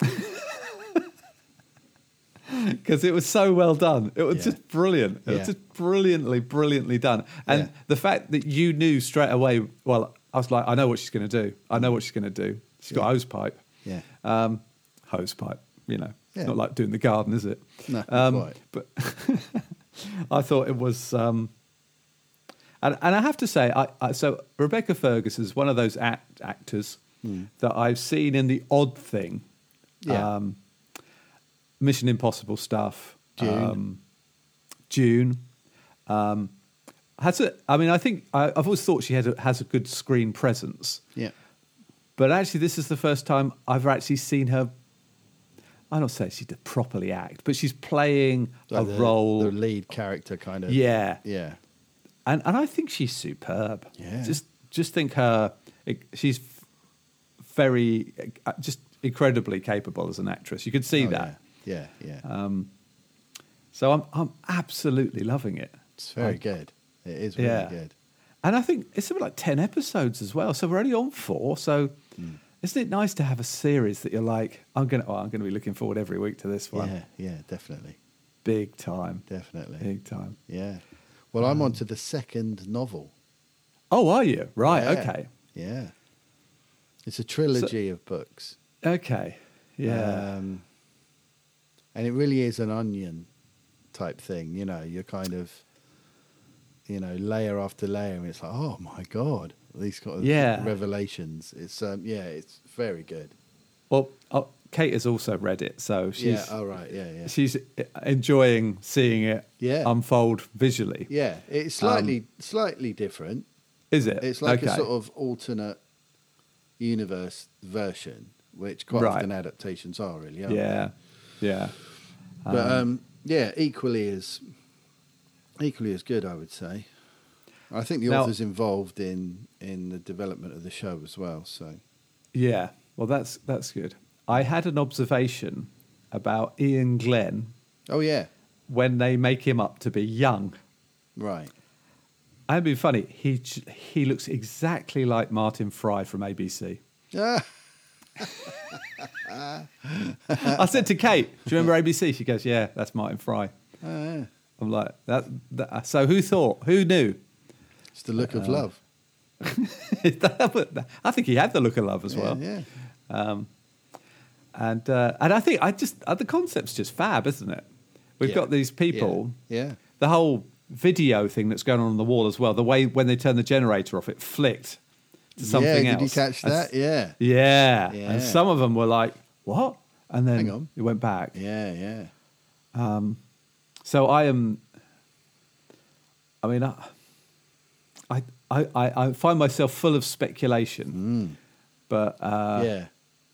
D: because it was so well done. It was
B: Yeah.
D: just brilliant. It
B: Yeah.
D: was just brilliantly, brilliantly done. And
B: Yeah.
D: the fact that you knew straight away, well, I was like, I know what she's going to do. I know what she's going to do. She's got a hose pipe.
B: Yeah.
D: Um, hose pipe, you know.
B: Yeah.
D: It's not like doing the garden, is it?
B: No,
D: Um,
B: quite.
D: But I thought it was. Um, and, and I have to say, I, I, so Rebecca Ferguson is one of those act, actors that I've seen in the odd thing,
B: Hmm. Yeah.
D: um, Mission Impossible stuff,
B: Dune.
D: um, June. Um, has a, I mean, I think I, I've always thought she had a, has a good screen presence,
B: yeah.
D: but actually, this is the first time I've actually seen her. I don't say she did properly act, but she's playing a
B: Like the-
D: role.
B: The lead character kind of.
D: yeah,
B: Yeah.
D: and and I think she's superb.
B: Yeah.
D: Just just think her she's very uh, just incredibly capable as an actress. You could see
B: Oh,
D: that. Um,
B: Yeah. Yeah. yeah.
D: So I'm I'm absolutely loving it.
B: it's very good. It is really
D: yeah.
B: good.
D: And I think it's something like 10 episodes as well. So we're only on 4, so
B: Mm.
D: isn't it nice to have a series that you're like I'm going to oh, I'm going to be looking forward every week to this one.
B: Yeah. Yeah. Definitely.
D: Big time.
B: Definitely.
D: Big time.
B: Yeah. Well,
D: Um,
B: I'm on to the second novel.
D: Oh, are you? Right,
B: Yeah.
D: okay.
B: Yeah. It's a trilogy of books.
D: Okay. Yeah.
B: Um, and it really is an onion type thing, you know, you're kind of, you know, layer after layer, and it's like, oh my God, these kind of
D: Yeah.
B: revelations. It's, um, yeah, it's very good.
D: well, oh, Kate has also read it, so she's
B: yeah, all right, yeah, yeah.
D: she's enjoying seeing it
B: Yeah.
D: unfold visually.
B: yeah, it's slightly, slightly different.
D: Is it?
B: It's like a
D: Um, Okay.
B: sort of alternate universe version, which quite
D: Right.
B: often adaptations are really, aren't they?
D: yeah, yeah,
B: But um, yeah, equally as equally as good, I would say. I think the
D: Now-
B: author's involved in in the development of the show as well. So
D: yeah. Well, that's that's good. I had an observation about Ian Glenn
B: oh yeah,
D: when they make him up to be young.
B: right.
D: I'd be funny. He j- he looks exactly like Martin Fry from ABC.
B: Ah, Uh,
D: I said to Kate, "Do you remember ABC?" She goes, "Yeah, that's Martin Fry."
B: Ah, yeah.
D: I'm like, "That." that so who thought? Who knew?
B: It's the look of love.
D: I think he had the look of love as
B: Yeah,
D: well.
B: Yeah.
D: Um, and uh, and I think I just uh, the concept's just fab, isn't it? We've
E: Yeah.
D: got these people,
B: Yeah.
D: the whole video thing that's going on on the wall as well. The way when they turn the generator off, it flicked to something
B: yeah,
D: else.
B: Did you catch
D: And s-
B: that? Yeah.
D: Yeah.
B: Yeah.
D: and some of them were like, "What?" And then
B: Hang on.
D: it went back.
B: Yeah, yeah.
D: So I am. I mean, I, I, I, I find myself full of
B: Mm.
D: speculation, but uh,
B: yeah.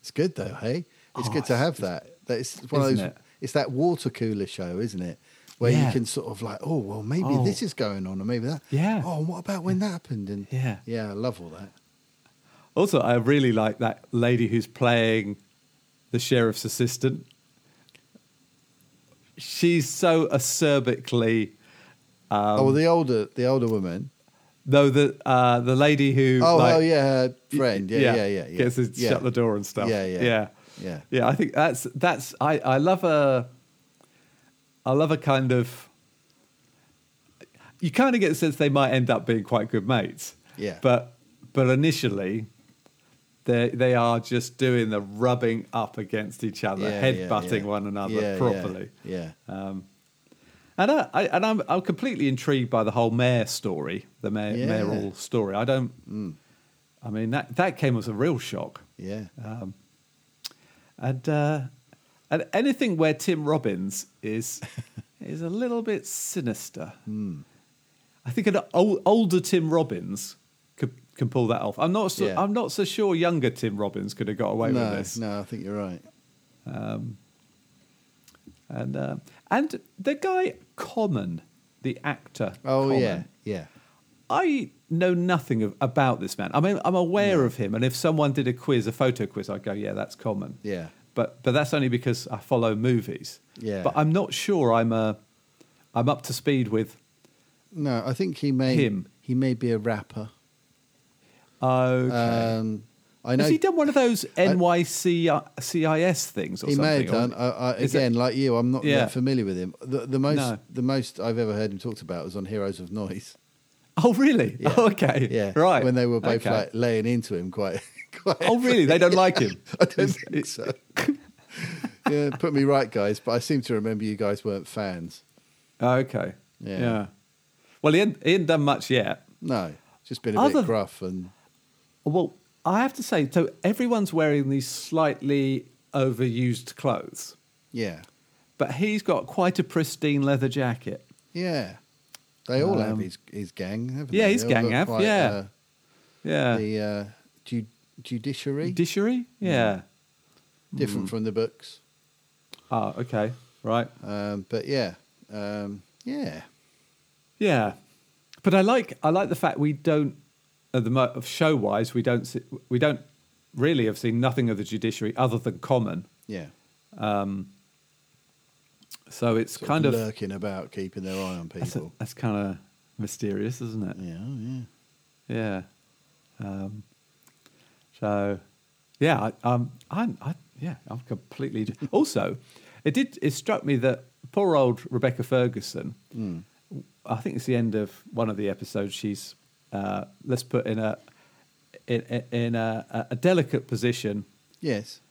B: It's good though, hey? It's
D: Oh,
B: good to
D: it's-
B: have that. That it's one of
D: isn't
B: those
D: it?
B: it's that water cooler show, isn't it? Where you
D: Yeah.
B: can sort of like, oh well maybe
D: Oh.
B: this is going on or maybe that.
D: Yeah.
B: Oh, and what about when that happened? And
D: Yeah.
B: Yeah, I love all that.
D: Also, I really like that lady who's playing the sheriff's assistant. She's so acerbically, Um,
B: oh the older the older woman.
D: though the uh, the lady who
B: Oh,
D: like,
B: oh yeah, her friend. Yeah, yeah, yeah, yeah.
D: gets to
B: yeah.
D: shut the door and stuff.
B: Yeah, yeah.
D: yeah,
B: Yeah.
D: yeah. I think that's that's I I love a I love a kind of you kind of get the sense they might end up being quite good mates.
B: Yeah.
D: but but initially. They they are just doing the rubbing up against each other,
B: Yeah,
D: head
B: yeah,
D: butting
B: yeah.
D: one another
B: Yeah, yeah,
D: properly. Uh,
B: Yeah.
D: And I, I and I'm I'm completely intrigued by the whole mayor story, the mayor,
B: Yeah. Mm.
D: mayoral story. I don't. I mean that that came as a real shock,
B: Yeah.
D: uh, and uh, and anything where Tim Robbins is is a little bit sinister.
B: Hmm.
D: I think an old, older Tim Robbins could can pull that off. I'm not so
B: Yeah.
D: I'm not so sure younger Tim Robbins could have got away with
B: no,
D: this.
B: no, I think you're right.
D: And uh, and the guy Common, the actor.
B: Oh
D: Common,
B: yeah, yeah.
D: I know nothing of, about this man. I mean, I'm aware of him, and if someone did a quiz, a photo quiz, I'd go, yeah, that's common.
B: Yeah.
D: But but that's only because I follow movies.
B: Yeah.
D: But I'm not sure I'm a, I'm up to speed with.
B: No, I think he may
D: Him.
B: he may be a rapper.
D: oh, Okay.
B: Um, I know
D: Has he done one of those NYCIS things or
B: he may
D: something?
B: have
D: or-
B: done. uh, I, I,
D: Is that-
B: again, like you, I'm not
D: Yeah.
B: that familiar with him. The, the most
D: No.
B: the most I've ever heard him talked about was on Heroes of Noise.
D: oh, really?
B: Yeah.
D: Oh, okay.
B: Yeah,
D: Right.
B: When they were both
D: Okay.
B: like laying into him quite. quite
D: Oh, really? They don't like him.
B: I don't think so. yeah, put me right, guys. But I seem to remember you guys weren't fans.
D: Okay.
B: Yeah.
D: Well, he hadn't, he hadn't done much yet.
B: No, just been a
D: Other-
B: bit gruff and
D: Well, I have to say, so everyone's wearing these slightly overused clothes,
B: yeah,
D: but he's got quite a pristine leather jacket.
B: yeah. They all have
D: Um,
B: his his gang, haven't
D: yeah,
B: they?
D: his
B: They all
D: gang
B: look
D: have,
B: quite,
D: yeah.
B: uh,
D: Yeah.
B: the uh, ju- judiciary,
D: Judiciary? Yeah.
B: different
D: Hmm.
B: from the books.
D: Oh, okay. Right.
B: Um, but yeah, um, yeah,
D: Yeah. But I like I like the fact we don't at the mo- of show wise we don't see, we don't really have seen nothing of the judiciary other than common.
B: yeah.
D: So it's
B: Sort
D: kind of
B: lurking about, keeping their eye on
D: that's,
B: people.
D: that's kind of mysterious, isn't it?
B: yeah, oh, yeah,
D: Yeah. Um, so, yeah, I, um, I'm, I, yeah, I'm completely. also, it did. It struck me that poor old Rebecca Ferguson. I think it's the end of one of the episodes. She's uh, let's put in a in, in- in a, a delicate position
B: yes,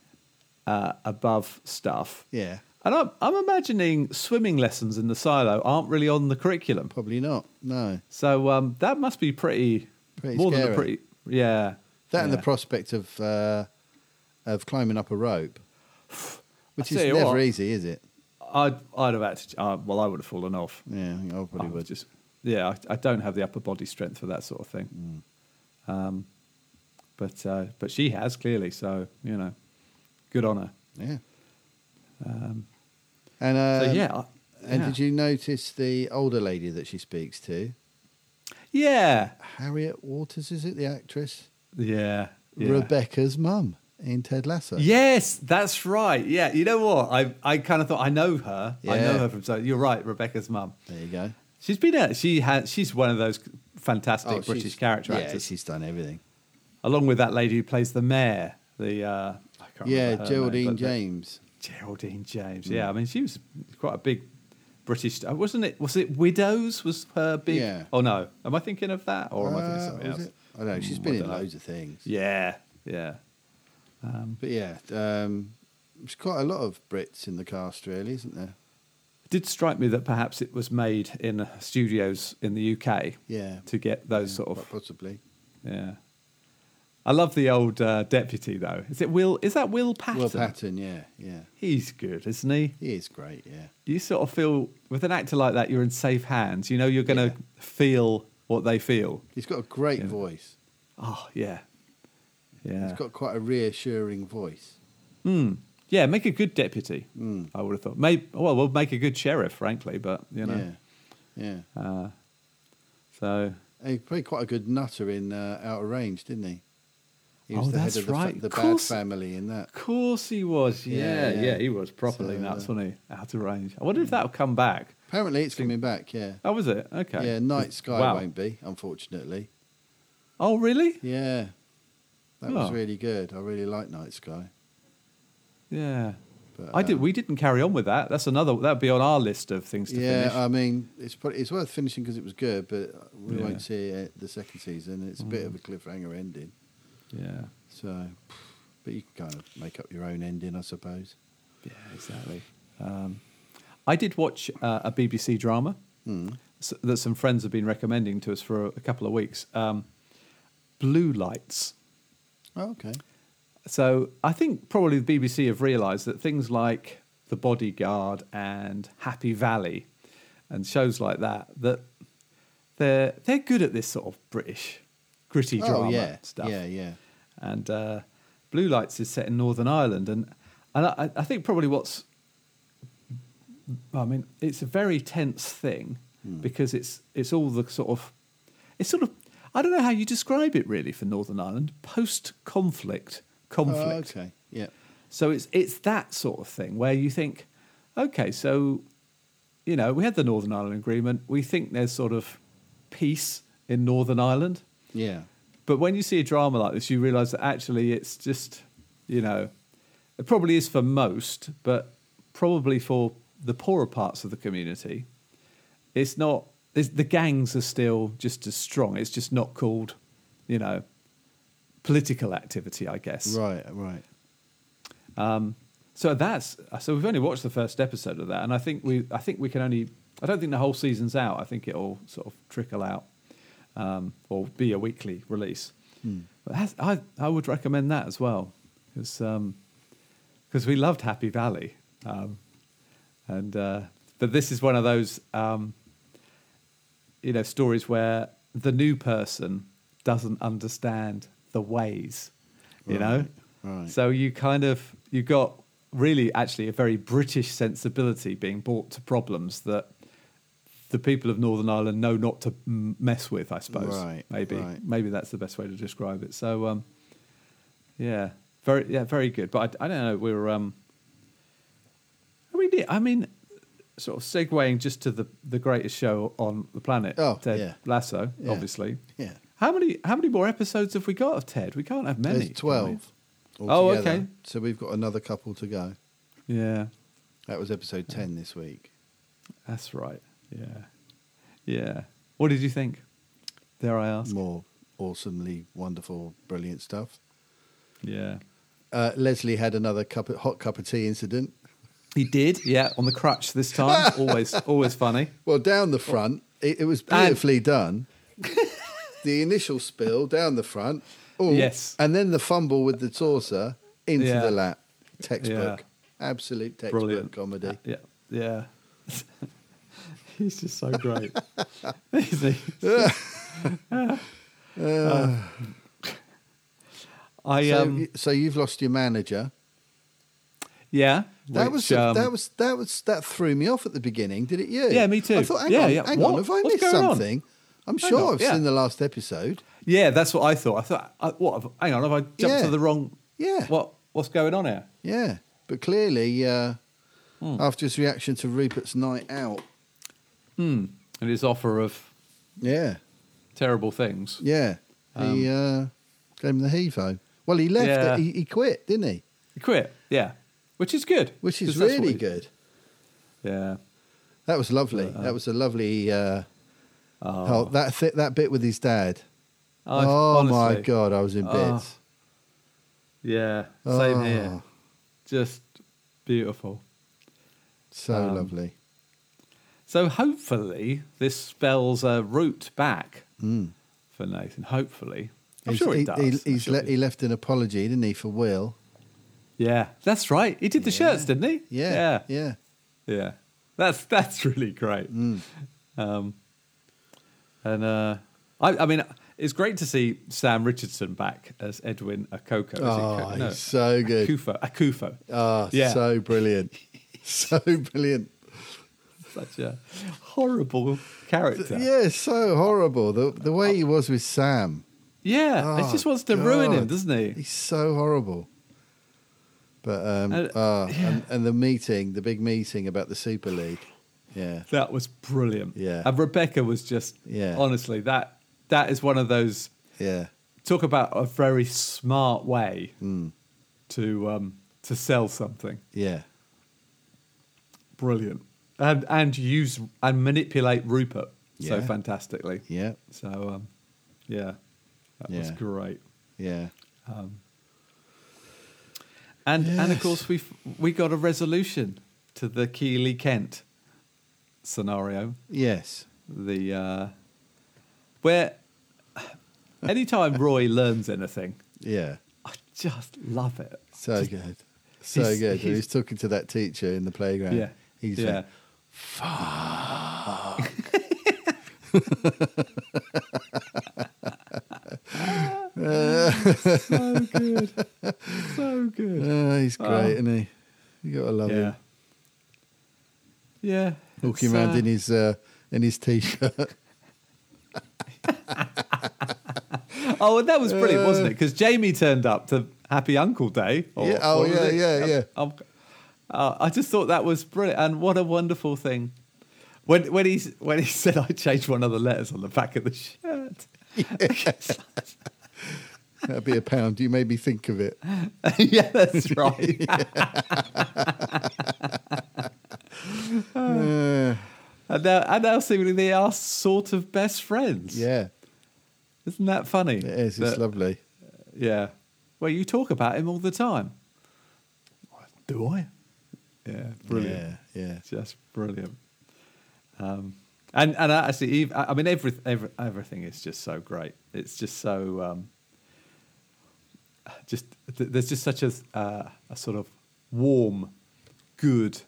D: uh, above stuff.
B: yeah.
D: And I'm, I'm imagining swimming lessons in the silo aren't really on the curriculum.
B: Probably not. No,
D: So um, that must be pretty,
B: Pretty
D: more than a
B: scary.
D: pretty, yeah.
B: that and the
D: yeah.
B: prospect of uh, of climbing up a rope, which
D: I tell
B: is
D: you
B: never
D: what.
B: easy, is it?
D: I'd, I'd have actually, uh, well, I would have fallen off.
B: Yeah, I think I
D: I
B: probably would.
D: just, yeah, I, I don't have the upper body strength for that sort of thing.
B: Mm.
D: Um, but uh, but she has clearly, so you know, good on her.
B: Yeah. and uh,
D: Um, So yeah, I-
B: And
D: yeah.
B: did you notice the older lady that she speaks to?
D: Yeah,
B: Harriet Waters, is it the actress?
D: yeah, yeah.
B: Rebecca's mum in Ted Lasso.
D: Yes, that's right. Yeah, you know what? I I kind of thought I know her. I know
B: Yeah.
D: her from so. You're right, Rebecca's mum.
B: There you go.
D: She's been a, she has she's one of those fantastic
B: Oh, she's-
D: British character
B: yeah,
D: actors.
B: she's done everything.
D: along with that lady who plays the mayor, the uh, I
E: can't
B: yeah,
E: remember.
D: but
B: Geraldine
D: that-
B: James. Mm.
D: Geraldine James. Yeah, I mean she was quite a big British, uh, wasn't it? Was it Widows? Was her big?
B: Yeah.
D: Oh no, am I thinking of that or am I thinking
B: Uh,
D: of something
B: was
D: else?
B: it? I don't know. She's
D: Mm,
B: been
D: I
B: in
D: don't know.
B: loads of things.
D: Yeah, yeah.
B: But yeah, um, there's quite a lot of Brits in the cast, really, isn't there?
D: It did strike me that perhaps it was made in studios in the UK
B: Yeah.
D: to get those sort
B: Quite
D: of
B: possibly.
D: yeah. I love the old uh, deputy though. Is it Will? Is that Will Patton?
B: Will Patton, yeah, yeah.
D: He's good, isn't he?
B: He is great, yeah.
D: you sort of feel with an actor like that you're in safe hands you know you're going to
B: Yeah.
D: feel what they feel
B: He's got a great
D: Yeah.
B: voice.
D: oh yeah yeah
B: He's got quite a reassuring voice.
D: Mm. yeah make a good deputy
B: Mm.
D: i would have thought maybe well we'll make a good sheriff frankly but you know
B: Yeah, yeah.
D: so
B: And he played quite a good nutter in uh, Outer Range, didn't he? He
D: Oh, that's
B: the, fa-
D: right.
B: the
D: Of
B: bad
D: course.
B: family in that.
D: of course he was
B: Yeah,
D: yeah
B: yeah.
D: yeah, he was properly
B: So,
D: nuts
B: uh, Hmm.
D: wasn't he out of range i wonder if that'll come back
B: Apparently, it's coming back. Yeah,
D: oh was it okay
B: yeah. Night Sky
D: Wow.
B: won't be, unfortunately.
D: oh really
B: Yeah, that was
D: Oh.
B: really good. I really like Night Sky.
D: yeah
B: But
D: i did
B: um,
D: we didn't carry on with that that's another that'd be on our list of things to
B: yeah, uh,
D: finish
B: I mean, it's probably, it's worth finishing because it was good, but we
D: Yeah. Mm.
B: won't see it the second season. It's a bit of a cliffhanger ending.
D: yeah
B: So, but you can kind of make up your own ending, I suppose.
D: Yeah, exactly. Um, I did watch uh, a BBC drama
B: Hmm.
D: s- that some friends have been recommending to us for a, a couple of weeks. Um, Blue Lights.
B: Oh, okay.
D: So I think probably the BBC have realised that things like The Bodyguard and Happy Valley and shows like that that they're they're good at this sort of British gritty drama
B: oh, yeah.
D: stuff
B: Yeah, yeah.
D: and uh, Blue Lights is set in Northern Ireland, and and I, I think probably what's, I mean, it's a very tense thing
B: Hmm.
D: because it's it's all the sort of, it's sort of, I don't know how you describe it really for Northern Ireland post conflict
B: Oh,
D: conflict.
B: okay. Yeah.
D: So it's it's that sort of thing where you think, okay, so you know we had the Northern Ireland Agreement, we think there's sort of peace in Northern Ireland.
B: Yeah.
D: But when you see a drama like this, you realise that actually it's just, you know, it probably is for most, but probably for the poorer parts of the community, it's not. It's, the gangs are still just as strong. It's just not called, you know, political activity, I guess.
B: Right, right.
D: So that's so we've only watched the first episode of that, and I think we I think we can only I don't think the whole season's out. I think it'll sort of trickle out um, or be a weekly release. But that's, I I would recommend that as well because we loved Happy Valley, um, and uh, but this is one of those um, you know stories where the new person doesn't understand the ways, you know.
B: right.
D: So you kind of you got really actually a very British sensibility being brought to problems that the people of Northern Ireland know not to m- mess with. I suppose
B: Right,
D: maybe
B: right.
D: maybe that's the best way to describe it. So um, yeah, very yeah very good. But I, I don't know we were um, I mean yeah, I mean sort of segueing just to the the greatest show on the planet,
B: Oh,
D: Ted
B: yeah.
D: Lasso,
B: Yeah.
D: obviously.
B: Yeah.
D: How many how many more episodes have we got of Ted? We can't have many.
B: There's
D: can we?
B: 12.
D: Oh,
B: altogether.
D: okay.
B: So we've got another couple to go.
D: Yeah,
B: That was episode 10 this week.
D: that's right. Yeah, yeah. What did you think? Dare I ask?
B: More awesomely wonderful, brilliant stuff.
D: Yeah,
B: Uh, Leslie had another cup of, hot cup of tea incident.
D: he did. Yeah, on the crutch this time. always, always funny.
B: Well, down the front, it, it was beautifully done. the initial spill down the front. Oh,
D: Yes.
B: And then the fumble with the saucer into
D: Yeah.
B: the lap. Textbook. Absolute textbook
D: Brilliant.
B: comedy.
D: Yeah, yeah. He's just so great, isn't he? Uh, I
B: so,
D: um
B: y- so you've lost your manager.
D: yeah
B: That
D: which,
B: was
D: um,
B: that was that was that threw me off at the beginning, did it? You?
D: Yeah, me too.
B: I thought, hang
D: Yeah,
B: on,
D: yeah.
B: hang on,
D: What?
B: have I
D: What's
B: missed
D: going on?
B: something? I'm
D: Hang
B: sure
D: on,
B: I've
D: yeah.
B: seen the last episode.
D: yeah that's what I thought I thought I, what have- hang on have I jumped
B: Yeah.
D: to the wrong
B: Yeah.
D: what what's going on here
B: Yeah, but clearly, uh,
D: Hmm.
B: after his reaction to Rupert's night out,
D: Hmm. and his offer of
B: yeah,
D: terrible things
B: yeah, he uh, gave him the hevo. Well, he left.
D: Um, Yeah.
B: He, he quit, didn't he?
D: quit. Yeah, which is good.
B: which
D: 'cause
B: is
D: that's what
B: really
D: we-
B: good.
D: Yeah.
B: That was lovely.
D: Uh,
B: that was a lovely. Uh, oh, that th- that bit with his dad.
D: I've-
B: oh my
D: honestly, Oh.
B: god, I was in bits.
D: Yeah. Same here.
B: Oh,
D: Just beautiful.
B: So
D: Um,
B: lovely.
D: So hopefully this spells a route back
B: Mm.
D: for Nathan. Hopefully, I'm
B: He's-
D: sure
B: he,
D: it does.
B: He,
D: I'm
B: he's
D: sure
B: le-
D: it-
B: he left an apology, didn't he, for Will?
D: yeah, that's right. He did the shirts, didn't he?
B: Yeah,
D: yeah,
B: yeah.
D: yeah. That's that's really great.
B: Mm.
D: Um, and uh, I, I mean, it's great to see Sam Richardson back as Edwin Akoko. Is it
B: Oh,
D: Ko-
B: he's
D: no,
B: so good.
D: Akufo. Akufo.
B: Oh,
D: Yeah.
B: so brilliant. so brilliant.
D: Such a horrible character.
B: Yeah, so horrible. The the way he was with Sam,
D: Yeah,
B: Oh,
D: he just wants to ruin him,
B: God.
D: doesn't he?
B: he's so horrible. But um,
D: And-
B: ah, and, and the meeting, the big meeting about the Super League. Yeah,
D: That was brilliant.
B: Yeah.
D: and Rebecca was just.
B: Yeah.
D: honestly, that that is one of those
B: yeah,
D: talk about a very smart way
B: Hmm.
D: to um, to sell something.
B: yeah,
D: Brilliant, and and use and manipulate Rupert so
B: Yeah.
D: fantastically.
B: yeah,
D: So um, yeah, that was
B: Yeah.
D: great.
B: yeah.
D: And and of
B: Yes.
D: course we we got a resolution to the Keeley Kent scenario.
B: Yes.
D: the uh, where anytime Roy learns anything,
B: Yeah.
D: I just love it.
B: So good. So
D: he's-
B: good. He's,
D: he's-
B: he's talking to that teacher in the playground.
D: Yeah,
B: uh, He's
D: yeah,
B: like,
D: so good, so good.
B: "Ah, he's great, isn't he? You gotta love
D: Uh, Yeah,
B: him.
D: yeah.
B: Walking
D: it's,
B: around
D: uh,
B: in his uh, in his t-shirt.
D: Oh, and that was brilliant, wasn't it? Because Jamie turned up to Happy Uncle Day. or
B: Uh, Yeah, oh,
D: what was
B: yeah,
D: it?
B: yeah, yeah.
D: Um, uh, I just thought that was brilliant, and what a wonderful thing. When when he when he said I changed one of the letters on the back of the shirt.
B: That'd be a pound. You made me think of it.
D: yeah, that's right.
B: Yeah.
D: And now, and now seemingly they are sort of best friends.
B: yeah.
D: Isn't that funny?
B: It is. It's
D: That-
B: lovely.
D: Yeah. Well, you talk about him all the time. Do I? Yeah, brilliant.
B: Yeah. Yeah.
D: Just brilliant. Um, and and I actually, ev- I I mean, every, every, everything is just so great. It's just so, um, just th- there's just such a, uh, a sort of warm, good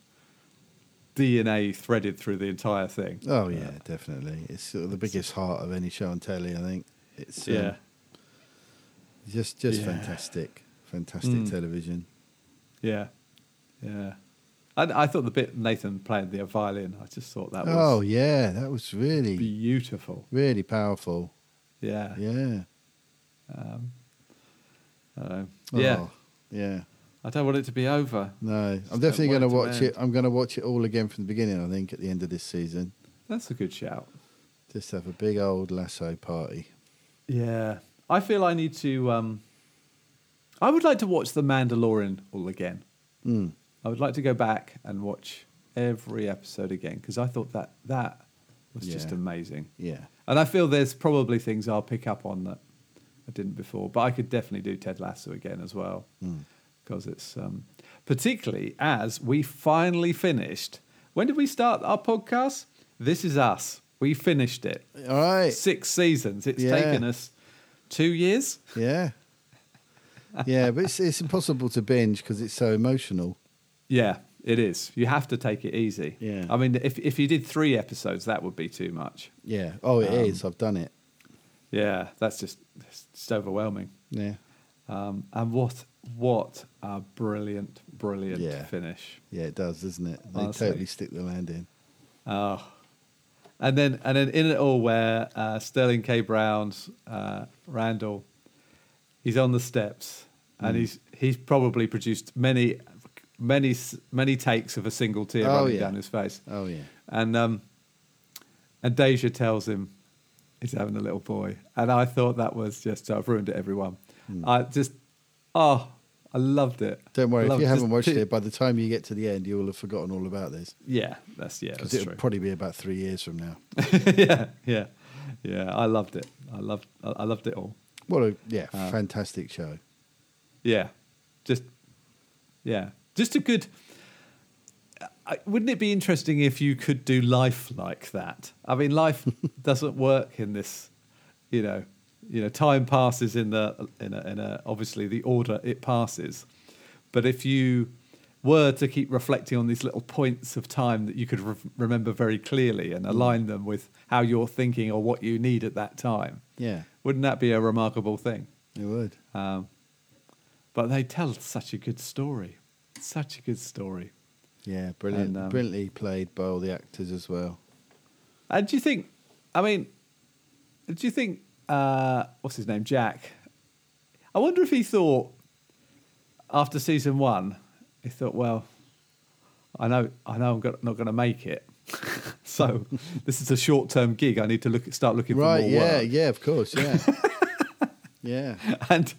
D: DNA threaded through the entire thing. Uh,
B: Oh yeah, definitely. It's sort of the biggest heart of any show on telly. I think it's um,
D: yeah.
B: just just
D: Yeah.
B: fantastic, fantastic
D: Mm.
B: television.
D: Yeah, yeah. And I thought the bit Nathan playing the violin, I just thought that was
B: Oh yeah, that was really
D: beautiful.
B: really powerful.
D: Yeah, yeah.
B: Yeah.
D: Uh, yeah.
B: Oh, yeah.
D: I don't want it to be over.
B: No, I'm
D: don't
B: definitely going
D: want
B: to
D: it to
B: watch
D: end.
B: it. I'm going to watch it all again from the beginning. I think at the end of this season,
D: That's a good shout.
B: just have a big old lasso party.
D: Yeah, I feel I need to. Um, I would like to watch The Mandalorian all again.
B: Mm.
D: I would like to go back and watch every episode again because I thought that that was just
B: Yeah.
D: amazing.
B: Yeah.
D: And I feel there's probably things I'll pick up on that I didn't before, but I could definitely do Ted Lasso again as well because it's um, particularly as we finally finished. When did we start our podcast? This is us. We finished it.
B: All right.
D: Six seasons. It's
B: Yeah.
D: taken us two years.
B: Yeah. Yeah, but it's it's impossible to binge because it's so emotional.
D: Yeah, it is. You have to take it easy.
B: Yeah.
D: I mean, if if you did three episodes, that would be too much.
B: Yeah. Oh, it
D: Um,
B: is. I've done it.
D: Yeah, that's just it's just overwhelming.
B: Yeah.
D: Um, and what what a brilliant, brilliant
B: Yeah.
D: finish.
B: Yeah, it does, doesn't it? They
D: Honestly.
B: totally stick the landing.
D: Oh. And then and then in it all where uh, Sterling K. Brown's uh, Randall, he's on the steps and
B: Hmm.
D: he's he's probably produced many many s- many takes of a single tear
B: Oh,
D: running
B: yeah.
D: down his face.
B: Oh yeah.
D: And um, and Deja tells him he's having a little boy, and I thought that was just I've ruined it, everyone. I just oh, I loved it.
B: Hmm. Don't worry, if
D: Loved-
B: you haven't
D: just
B: watched
D: two-
B: it, by the time you get to the end, you will have forgotten all about this.
D: Yeah, that's yeah,
B: Because
D: that's
B: it'll
D: true.
B: probably be about three years from now.
D: yeah, yeah, yeah. I loved it. I loved. I I loved it all.
B: What a yeah,
D: Uh,
B: fantastic show.
D: Yeah, just yeah, just a good. I, wouldn't it be interesting if you could do life like that? I mean, life doesn't work in this, you know, you know, time passes in the in a, in a obviously the order it passes, but if you were to keep reflecting on these little points of time that you could re- remember very clearly and align them with how you're thinking or what you need at that time,
B: Yeah,
D: wouldn't that be a remarkable thing?
B: it would.
D: Um, but they tell such a good story. Such a good story.
B: Yeah, brilliant.
D: And, um,
B: Brilliantly played by all the actors as well.
D: And do you think, I mean, do you think, uh, what's his name, Jack? I wonder if he thought after season one, he thought, well, I know, I know I'm got, not going to make it. so this is a short term gig. I need to look, start looking
B: Right,
D: for more
B: yeah,
D: work.
B: yeah, of course, yeah. yeah.
D: and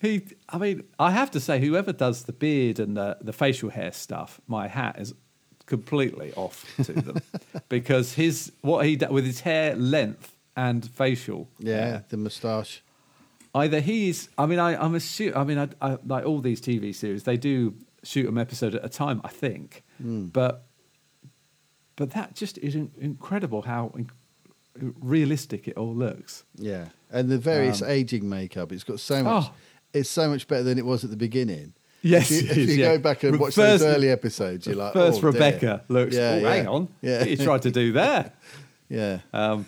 D: he i mean i have to say whoever does the beard and the, the facial hair stuff my hat is completely off to them because his what he did with his hair length and facial
B: Yeah, the moustache.
D: either he's i mean I, i'm assu- i mean I, I, like all these tv series they do shoot an episode at a time i think but but that just is in- incredible how in- realistic it all looks
B: Yeah, and the various aging makeup. It's got so much.
D: Um, Oh.
B: It's so much better than it was at the beginning.
D: Yes,
B: if you,
D: it
B: if
D: is,
B: you
D: yeah.
B: go back and watch
D: Reverse-
B: those early episodes, you're like,
D: first
B: oh, dear."
D: rebecca looks
B: Yeah,
D: oh,
B: yeah,
D: hang on
B: yeah,
D: what you tried to do there
B: yeah,
D: Um,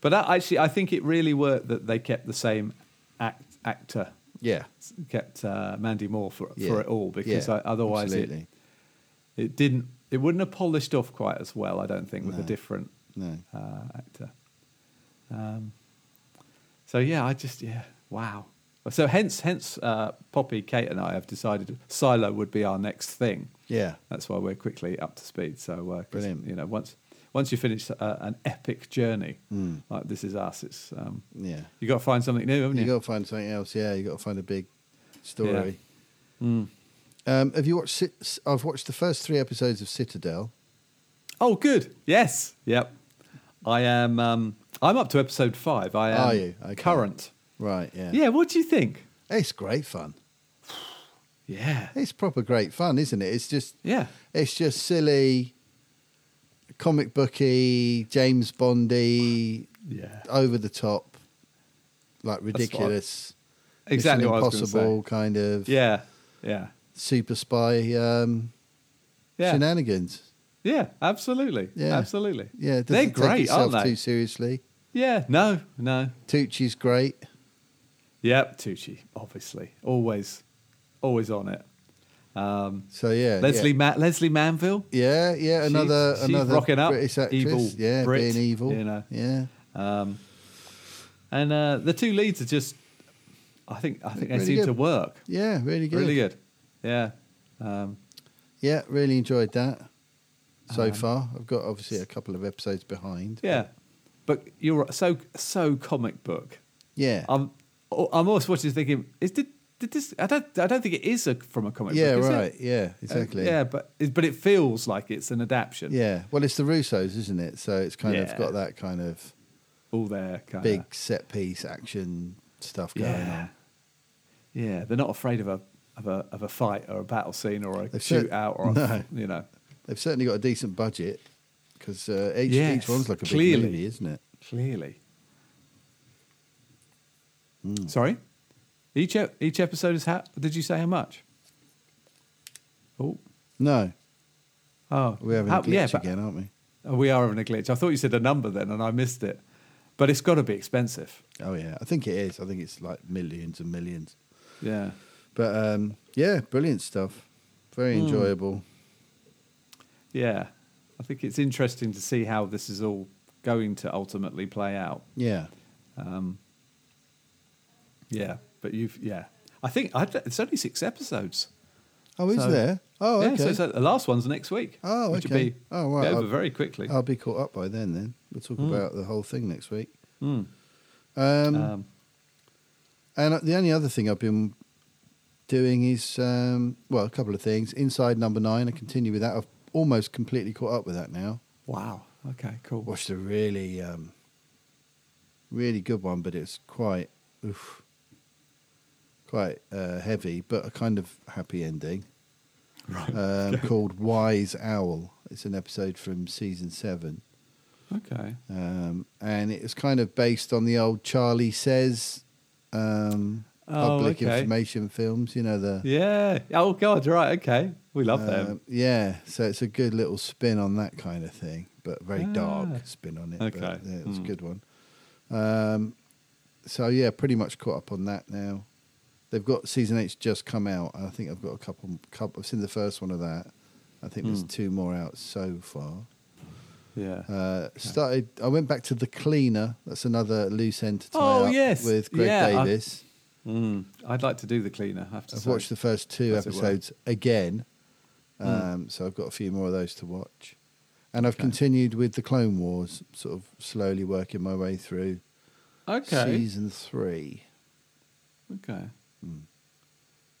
D: but I, actually, I think it really worked that they kept the same act, actor,
B: yeah,
D: kept uh, Mandy Moore for,
B: yeah.
D: for it all, because
B: Yeah,
D: I, otherwise
B: absolutely.
D: it, it didn't, it wouldn't have polished off quite as well, I don't think, with a
B: No.
D: different
B: no,
D: uh, actor. Um, so yeah, I just yeah, wow. So hence, hence, uh, Poppy, Kate, and I have decided Silo would be our next thing.
B: yeah,
D: That's why we're quickly up to speed. So, uh, 'cause,
B: Brilliant.
D: you know, once once you finish uh, an epic journey
B: Mm.
D: like this is us, it's um,
B: yeah.
D: you got to find something new, haven't
B: You
D: you?
B: got to find something else. Yeah, you got to find a big story.
D: Mm.
B: Um, have you watched? Sit- I've watched the first three episodes of Citadel.
D: Oh, good. Yes. Yep. I am. Um, I'm up to episode five. I am
B: Are you? Okay.
D: current.
B: Right. Yeah.
D: Yeah. What do you think?
B: It's great fun.
D: Yeah.
B: It's proper great fun, isn't it? It's just
D: Yeah.
B: It's just silly, comic booky, James Bondy,
D: Yeah.
B: over the top, like ridiculous,
D: Exactly
B: Mission
D: what I was going
B: impossible
D: to
B: kind of
D: say. Yeah. Yeah.
B: super spy um,
D: Yeah.
B: shenanigans.
D: yeah. Absolutely.
B: Yeah.
D: Absolutely.
B: Yeah, it doesn't
D: They're
B: take
D: great,
B: itself
D: aren't they?
B: Too seriously.
D: Yeah. No. No.
B: Tucci's great.
D: Yep, Tucci, obviously, always, always on it. Um,
B: So yeah,
D: Leslie
B: yeah.
D: Ma- Leslie Manville,
B: Yeah, yeah,
D: She's-
B: another
D: she's
B: another
D: rocking up,
B: British actress.
D: evil
B: yeah,
D: Brit,
B: being evil.
D: you know.
B: Yeah,
D: um, and uh, the two leads are just. I think I think they
B: Really
D: seem
B: good.
D: to work
B: yeah, really good.
D: really good. Yeah, um,
B: Yeah, really enjoyed that so far. I've got obviously a couple of episodes behind.
D: yeah, but you're so so comic book.
B: Yeah.
D: I'm I'm also watching this thinking is did, did this I don't I don't think it is a, from a comic
B: yeah,
D: book. is it?
B: right. Yeah,
D: Uh,
B: exactly.
D: yeah, but it, but it feels like it's an adaptation.
B: Yeah. Well, it's the Russos, isn't it? So it's kind of
D: Yeah.
B: got that kind of
D: all there kind
B: big set piece action stuff going
D: yeah.
B: on.
D: Yeah, they're not afraid of a of a of a fight or a battle scene or a
B: They've said-
D: shootout or a,
B: No.
D: you know.
B: They've certainly got a decent budget because uh, each,
D: Yes,
B: each one's like a
D: clearly.
B: big movie, isn't it?
D: Clearly.
B: Hmm.
D: Sorry, each e- each episode is how? Did you say how much? Oh,
B: No,
D: oh,
B: we're having
D: How-
B: a glitch
D: yeah, but-
B: again, aren't we?
D: oh, We are having a glitch. I thought you said a number then, and I missed it. But it's got to be expensive.
B: Oh yeah, I think it is. I think it's like millions and millions.
D: Yeah.
B: But um, yeah, brilliant stuff. Very
D: Hmm.
B: enjoyable.
D: Yeah, I think it's interesting to see how this is all going to ultimately play out.
B: Yeah.
D: Um, yeah, but you've yeah. I think I, it's only six episodes.
B: Oh, is
D: So-
B: there? Oh, okay.
D: yeah, so, so the last one's next week.
B: Oh,
D: which
B: okay.
D: Will be
B: Oh, Um, right.
D: over
B: I've-
D: very quickly.
B: I'll be caught up by then. Then we'll talk
D: Hmm.
B: about the whole thing next week.
D: Mm.
B: Um,
D: Um,
B: uh, and the only other thing I've been doing his um, well, a couple of things. Inside Number Nine, I continue with that. I've almost completely caught up with that now.
D: Wow. Okay. Cool.
B: Watched a really, um, really good one, but it's quite, oof, quite uh, heavy, but a kind of happy ending.
D: Right.
B: Um, Called Wise Owl. It's an episode from season seven.
D: Okay.
B: um, and it was kind of based on the old Charlie Says um,
D: Oh,
B: public
D: okay.
B: information films. You know the
D: Yeah. Oh God. Right. Okay. We love
B: um,
D: them.
B: yeah. So it's a good little spin on that kind of thing, but very
D: Ah.
B: dark spin on it. but,
D: Okay.
B: yeah, it was
D: Hmm.
B: a good one. Um, so yeah, pretty much caught up on that now. They've got season eight's just come out. and I think I've got a couple. couple I've seen the first one of that. I think there's
D: Hmm.
B: two more out so far.
D: Yeah.
B: Uh, started. I went back to the cleaner. That's another loose end to tie
D: Oh,
B: up
D: yes.
B: with Greg
D: Yeah, I-
B: Davis.
D: Mm. I'd like to do the cleaner. I have to
B: I've
D: say.
B: watched the first two
D: As it were.
B: episodes again,
D: Mm.
B: um, so I've got a few more of those to watch, and I've
D: Okay.
B: continued with the Clone Wars, sort of slowly working my way through
D: Okay.
B: season three.
D: Okay.
B: Mm.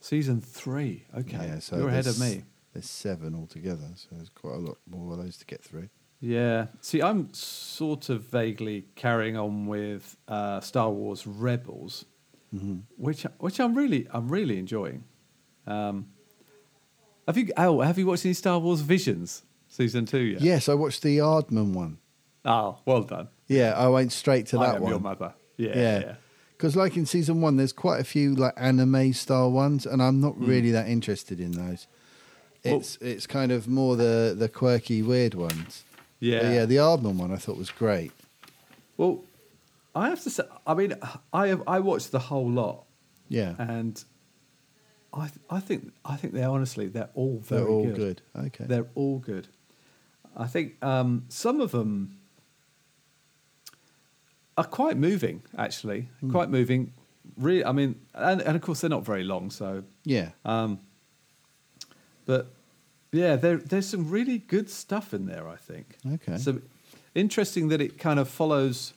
D: Season three. Okay.
B: Yeah, so
D: You're ahead of
B: there's-
D: me.
B: There's seven altogether, so there's quite a lot more of those to get through.
D: Yeah. See, I'm sort of vaguely carrying on with uh, Star Wars Rebels,
B: Mm-hmm.
D: which which I'm really I'm really enjoying. Um, have you oh have you watched any Star Wars Visions season two yet?
B: Yes, I watched the Yardman one.
D: Oh, well done.
B: Yeah, I went straight to that
D: I am
B: one.
D: your mother. Yeah. Yeah.
B: yeah. Because like in season one, there's quite a few like anime style ones, and I'm not really that interested in those.
D: Hmm. Well-
B: It's it's kind of more the the quirky, weird ones. But
D: Yeah.
B: yeah. The Aardman one I thought was great.
D: Well, I have to say, I mean, I have I watched the whole lot,
B: Yeah,
D: and I th- I think I think they honestly they're all very
B: they're all
D: good.
B: good. Okay.
D: They're all good. I think um, some of them are quite moving, actually. Quite moving. Really, I mean, and, and of course they're not very long. So,
B: yeah.
D: um, but yeah, there, there's some really good stuff in there. I think.
B: Okay.
D: So interesting that it kind of follows.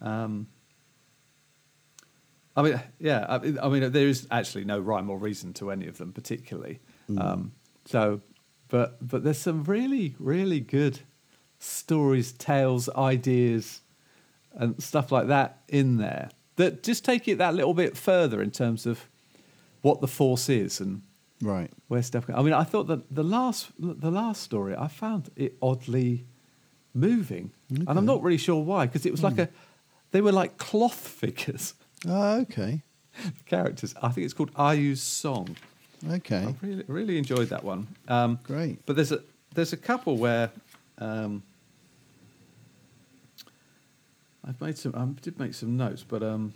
D: Um, I mean, yeah, I mean- I mean, there is actually no rhyme or reason to any of them, particularly. Um, so, but but there's some really really good stories, tales, ideas, and stuff like that in there that just take it that little bit further in terms of what the force is and
B: right.
D: where stuff. Can, I mean, I thought that the last the last story I found it oddly moving, and I'm not really sure why because it was like a they were like cloth figures
B: Oh, okay.
D: characters. I think it's called Ayu's Song.
B: Okay.
D: I really really enjoyed that one. Um,
B: Great.
D: but there's a there's a couple where um, I've made some I did make some notes, but um,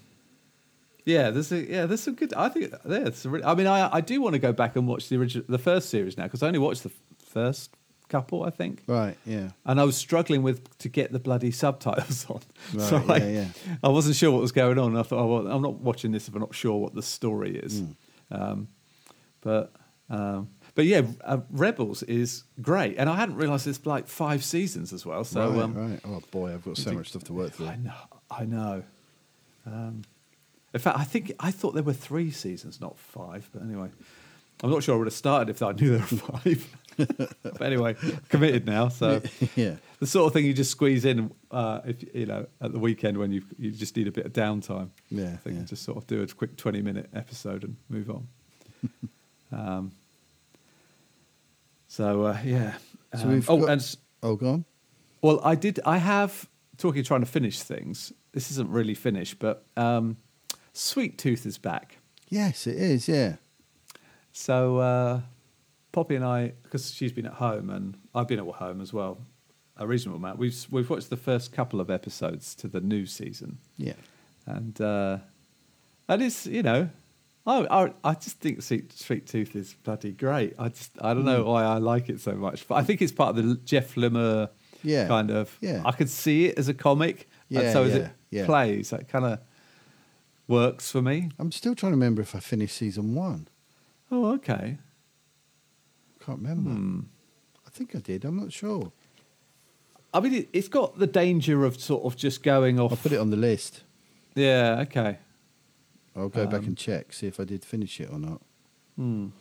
D: yeah, there's a yeah there's some good. I think there's. a re- I mean, I I do want to go back and watch the original the first series now because I only watched the f- first couple, I think.
B: Right. Yeah.
D: And I was struggling with to get the bloody subtitles on,
B: Right,
D: so I,
B: yeah, yeah.
D: I wasn't sure what was going on. I thought, oh, well, I'm not watching this if I'm not sure what the story is.
B: Hmm.
D: Um, but um, but yeah, uh, Rebels is great, and I hadn't realised it's like five seasons as well. So
B: right,
D: um,
B: right. Oh boy, I've got so
D: do-
B: much stuff to work through.
D: I know, I know. Um, in fact, I think I thought there were three seasons, not five. But anyway, I'm not sure I would have started if I knew there were five. but anyway, committed now, so
B: yeah.
D: the sort of thing you just squeeze in uh, if you know at the weekend when you you just need a bit of downtime.
B: Yeah,
D: I think
B: yeah.
D: just sort of do a quick twenty minute episode and move on. um, so uh, yeah.
B: So
D: Um,
B: we've
D: oh,
B: got-
D: and s-
B: Oh, gone.
D: well, I did. I have talking of trying to finish things. This isn't really finished, but um, Sweet Tooth is back.
B: Yes, it is. Yeah.
D: So uh, Poppy and I, because she's been at home and I've been at home as well, a reasonable amount. We've we've watched the first couple of episodes to the new season,
B: Yeah.
D: and uh, and it's you know, I I, I just think Sweet, Sweet Tooth is bloody great. I just I don't
B: Mm.
D: know why I like it so much, but I think it's part of the Jeff Lemire
B: Yeah.
D: kind of.
B: Yeah.
D: I could see it as a comic, and
B: Yeah,
D: so as
B: yeah,
D: it
B: yeah.
D: plays, that kind of works for me.
B: I'm still trying to remember if I finished season one.
D: Oh, okay.
B: Can't remember.
D: Hmm.
B: I think I did. I'm not sure.
D: I mean, it, it's got the danger of sort of just going
B: I'll
D: off.
B: put it on the list.
D: Yeah, okay.
B: I'll go back
D: Um,
B: and check, see if I did finish it or not.
D: can't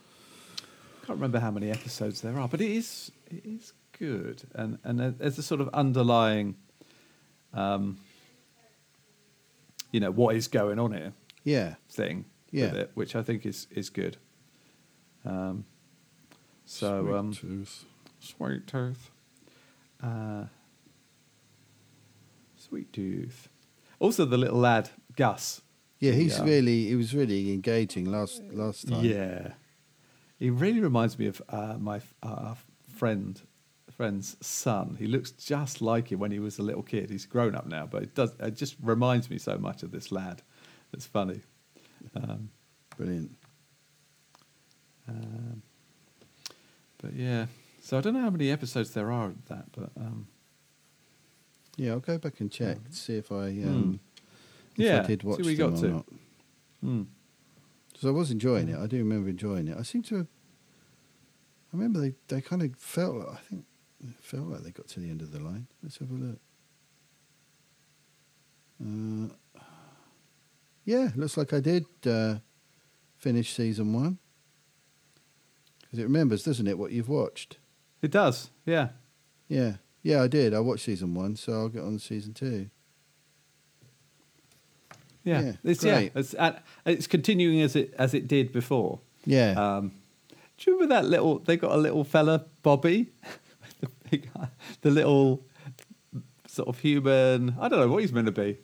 D: remember how many episodes there are, but it is it is good, and and there- there's a sort of underlying, um, you know, what is going on here
B: Yeah.
D: thing
B: Yeah.
D: with it, which I think is is good. Um, so
B: Sweet
D: um,
B: tooth.
D: Sweet tooth. Uh, sweet tooth. Also, the little lad Gus.
B: Yeah, he's
D: Yeah.
B: really. He was really engaging last last time.
D: Yeah, he really reminds me of uh, my f- uh, our friend friend's son. He looks just like him when he was a little kid. He's grown up now, but it does. It just reminds me so much of this lad. It's funny. Um,
B: Brilliant.
D: um, but yeah, so I don't know how many episodes there are of that, but um,
B: Yeah, I'll go back and check to see if I um, if
D: Hmm. yeah,
B: I did
D: see
B: watch
D: what you
B: them
D: got
B: or
D: to.
B: not.
D: Hmm.
B: Because I was enjoying
D: Mm.
B: it. I do remember enjoying it. I seem to. have- I remember they, they kind of felt. Like, I think it felt like they got to the end of the line. Let's have a look. Uh, yeah, looks like I did uh, finish season one. Because it remembers, doesn't it, what you've watched?
D: It does, yeah.
B: Yeah, yeah, I did. I watched season one, so I'll get on season two.
D: Yeah,
B: Yeah,
D: it's
B: great.
D: yeah, it's uh, it's continuing as it as it did before.
B: Yeah,
D: Um, do you remember that little? They got a little fella, Bobby, the, big, the little sort of human. I don't know what he's meant to be.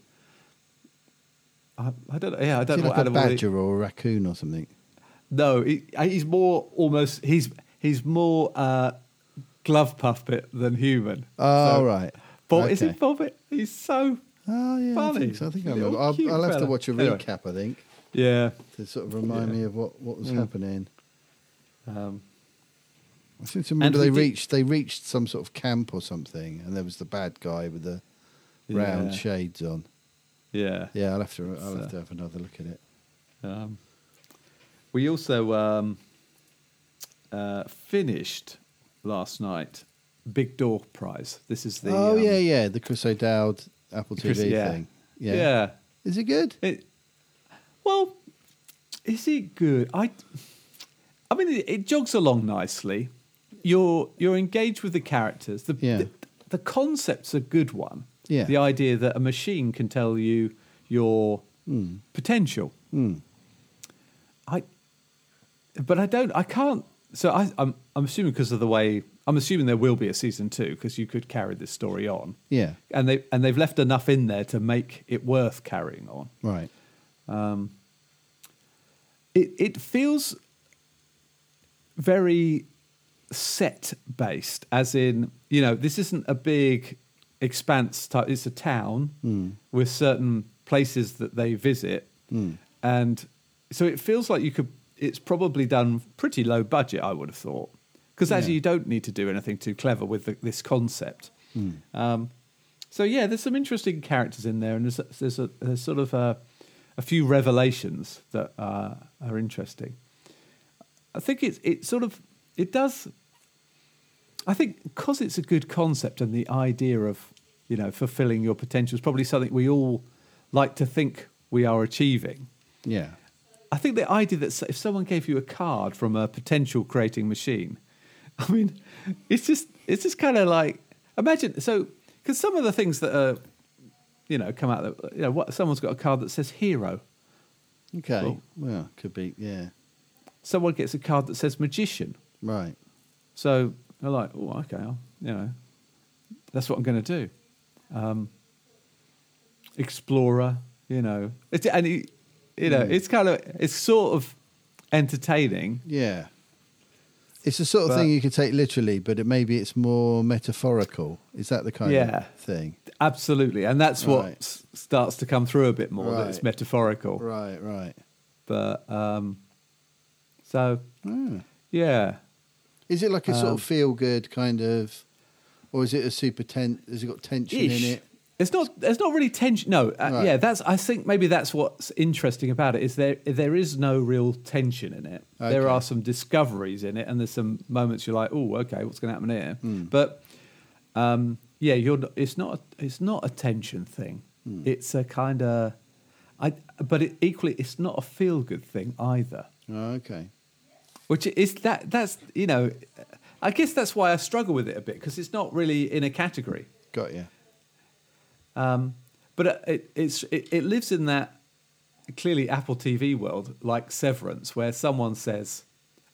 D: I, I don't know. Yeah, I
B: Is
D: don't
B: he
D: know
B: like
D: what
B: a
D: animal. he-
B: badger or a raccoon or something.
D: no, he, uh, he's more almost. He's he's more uh, glove puppet than human.
B: Oh
D: So-
B: right,
D: Bo- is
B: Okay.
D: it Bobby? He's so
B: Oh yeah, I
D: Funny.
B: think, so. I think I
D: Little
B: remember. I'll,
D: cute
B: I'll have to
D: fella.
B: watch a
D: Anyway.
B: recap. I think
D: yeah.
B: to sort of remind
D: Yeah.
B: me of what, what was
D: Mm.
B: happening.
D: Um,
B: I seem to remember
D: we
B: they
D: did-
B: reached they reached some sort of camp or something, and there was the bad guy with the round
D: Yeah.
B: shades on.
D: yeah.
B: Yeah, I'll have to I'll have
D: So-
B: to have another look at it.
D: Um, we also um, uh, finished last night Big Door Prize. This is the
B: oh
D: um,
B: yeah, yeah, the Chris O'Dowd Apple TV
D: Chris- yeah.
B: thing.
D: yeah
B: Yeah. is it good?
D: It, well, is it good? I I mean, it, it jogs along nicely. You're you're engaged with the characters. The,
B: Yeah.
D: the the concept's a good one.
B: Yeah.
D: The idea that a machine can tell you your
B: Hmm.
D: potential.
B: Mm.
D: I, but I don't. I can't. So I, I'm. I'm assuming because of the way. I'm assuming there will be a season two because you could carry this story on,
B: Yeah,
D: and they and they've left enough in there to make it worth carrying on.
B: right.
D: It it feels very set based, as in you know this isn't a big expanse type. It's a town with certain places that they visit, and so it feels like you could. It's probably done pretty low budget, I would have thought, because actually
B: Yeah.
D: you don't need to do anything too clever with the, this concept. Um, so yeah, there's some interesting characters in there, and there's there's a there's sort of a, a few revelations that uh, are interesting. I think it's it sort of it does. I think because it's a good concept and the idea of you know fulfilling your potential is probably something we all like to think we are achieving.
B: Yeah,
D: I think the idea that s- if someone gave you a card from a potential creating machine, I mean, it's just it's just kind of like imagine so because some of the things that are you know come out that you know what someone's got a card that says hero,
B: okay.
D: Cool.
B: Well, could be. Yeah,
D: someone gets a card that says magician.
B: right.
D: So they're like, oh, okay, I'll, you know, that's what I'm going to do. Um, explorer, you know, it's, and you, you know, it's kind of it's sort of entertaining.
B: Yeah. It's the sort of
D: But-
B: thing you could take literally, but it maybe it's more metaphorical. Is that the kind
D: Yeah.
B: of thing?
D: Absolutely, and that's what
B: Right.
D: s- starts to come through a bit more. That it's
B: Right.
D: metaphorical,
B: Right, right.
D: but um, so
B: Ah.
D: yeah,
B: Is it like a sort
D: Um,
B: of feel good kind of, or is it a super ten? Has it got tension
D: Ish.
B: in it?
D: It's not. There's not really tension. No. Uh,
B: Right.
D: Yeah. That's. I think maybe that's what's interesting about it is there. There is no real tension in it. There
B: Okay.
D: are some discoveries in it, and there's some moments you're like, oh, okay, what's going to happen here?
B: Hmm.
D: But um, yeah, you're. not- It's not. It's not a tension thing.
B: Hmm.
D: It's a kind of. I. But it, equally, it's not a feel good thing either.
B: Oh, okay.
D: Which is that that's you know, I guess that's why I struggle with it a bit because it's not really in a category.
B: Got you.
D: Um, but it, it's it, it lives in that clearly Apple TV world, like Severance, where someone says,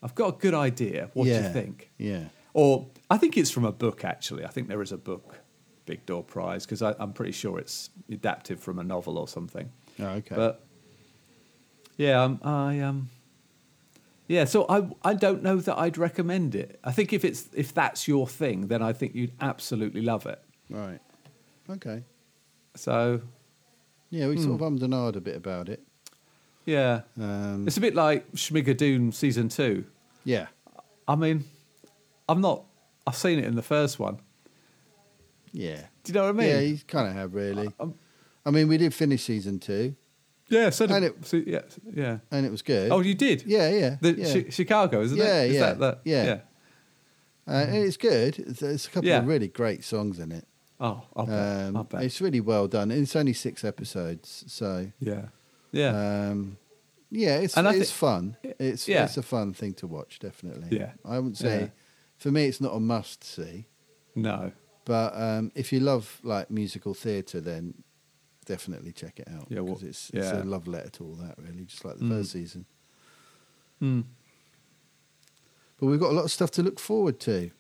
D: "I've got a good idea. What do
B: yeah.
D: you think?"
B: Yeah.
D: Or I think it's from a book actually. I think there is a book, Big Door Prize, because I'm pretty sure it's adapted from a novel or something.
B: Oh, okay.
D: But yeah, um, I um, yeah. So I I don't know that I'd recommend it. I think if it's if that's your thing, then I think you'd absolutely love it.
B: right. Okay.
D: So
B: Yeah, we sort of ummed and ahed a bit about it.
D: yeah,
B: Um,
D: Hmm. it's a bit like Schmigadoon season two.
B: yeah.
D: I mean, I'm not. I've seen it in the first one.
B: Yeah.
D: Do you know what I mean?
B: Yeah, he's kind of have really.
D: um,
B: I mean, we did finish season two,
D: Yeah, so, did-
B: And it-
D: so- yeah, yeah.
B: and it was good.
D: Oh, you did?
B: yeah, yeah,
D: The
B: yeah.
D: Chi- Chicago, isn't
B: Yeah,
D: it? Is
B: yeah,
D: that the-
B: yeah. Uh, and it's good. It's, it's a couple
D: Mm. Yeah.
B: of really great songs in it.
D: Oh, I'll bet. I'll
B: Um,
D: bet.
B: it's really well done. And It's only six episodes, so
D: Yeah, yeah,
B: um, yeah, it's
D: And I thi-
B: it's fun. It's
D: Yeah.
B: it's a fun thing to watch, definitely.
D: Yeah.
B: I wouldn't say
D: Yeah.
B: for me it's not a must see,
D: no.
B: but um, if you love like musical theatre, then definitely check it out.
D: Yeah, well,
B: 'cause it's it's a
D: yeah.
B: love letter to all that, really, just like the
D: Mm.
B: first season.
D: Hmm.
B: But we've got a lot of stuff to look forward to.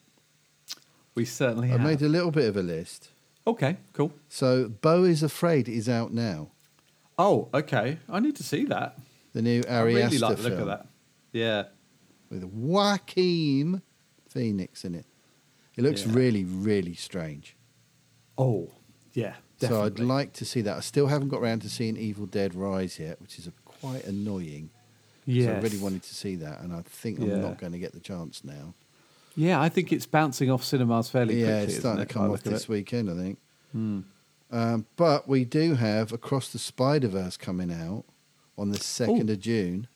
D: We certainly
B: I
D: have.
B: made a little bit of a list.
D: okay, cool.
B: So, Bo is Afraid is out now.
D: Oh, okay. I need to see that.
B: The new
D: I
B: Ari
D: really
B: Aster
D: like the
B: film
D: look of that. Yeah,
B: with Joaquin Phoenix in it. It looks
D: Yeah.
B: really, really strange.
D: Oh, yeah.
B: So
D: Definitely.
B: I'd like to see that. I still haven't got around to seeing Evil Dead Rise yet, which is a, quite annoying.
D: Yes.
B: So I really wanted to see that, and I think I'm
D: Yeah.
B: not going to get the chance now.
D: Yeah, I think it's bouncing off cinemas fairly
B: yeah,
D: quickly.
B: it's
D: isn't
B: starting
D: it,
B: to
D: by
B: come
D: the
B: off
D: look of
B: this
D: it? Hmm.
B: weekend, I think. Um, but we do have Across the Spider Verse coming out on the second of June.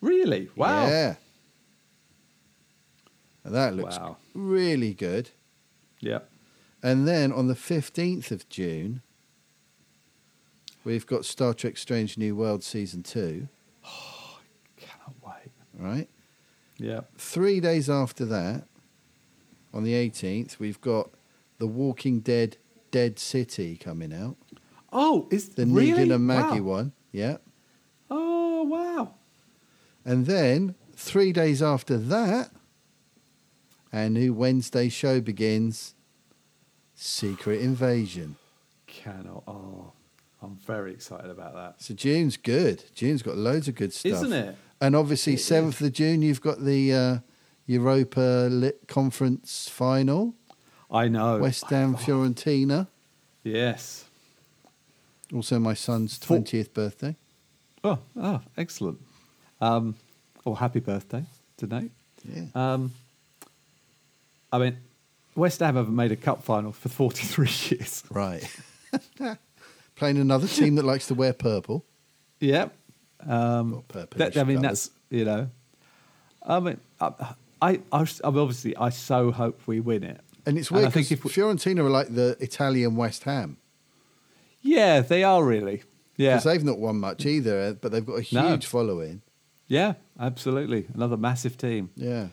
D: Really? Wow.
B: Yeah. And that looks
D: Wow.
B: really good.
D: yeah.
B: And then on the 15th of June, we've got Star Trek Strange New World Season 2,
D: Cannot wait.
B: right?
D: Yeah.
B: Three days after that, on the 18th, we've got The Walking Dead Dead City coming out.
D: Oh, is
B: The
D: really?
B: Negan and Maggie
D: Wow.
B: one. Yeah.
D: Oh wow!
B: And then three days after that, our new Wednesday show begins Secret Invasion.
D: Cannot. Oh, I'm very excited about that.
B: So June's good. June's got loads of good stuff.
D: not it?
B: And obviously,
D: It is.
B: 7th of June, you've got the uh, Europa Lit Conference final,
D: I know.
B: West Ham Fiorentina.
D: Yes.
B: Also, my son's
D: Four-
B: 20th birthday.
D: Oh, oh, excellent. Um, oh, happy birthday tonight.
B: Yeah.
D: Um, I mean, West Ham haven't made a cup final for 43 years.
B: Right. Playing another team that likes to wear purple.
D: Yep. Um,
B: Well, purple.
D: That, I mean, that's you know. I mean, I, I, I, I'm obviously, I so hope we win it.
B: And it's
D: and I
B: weird
D: think
B: 'cause
D: if we-
B: Fiorentina are like the Italian West Ham.
D: Yeah, they are really. Yeah.
B: Because they've not won much either, but they've got a huge
D: No.
B: following.
D: Yeah, absolutely. Another massive team.
B: Yeah.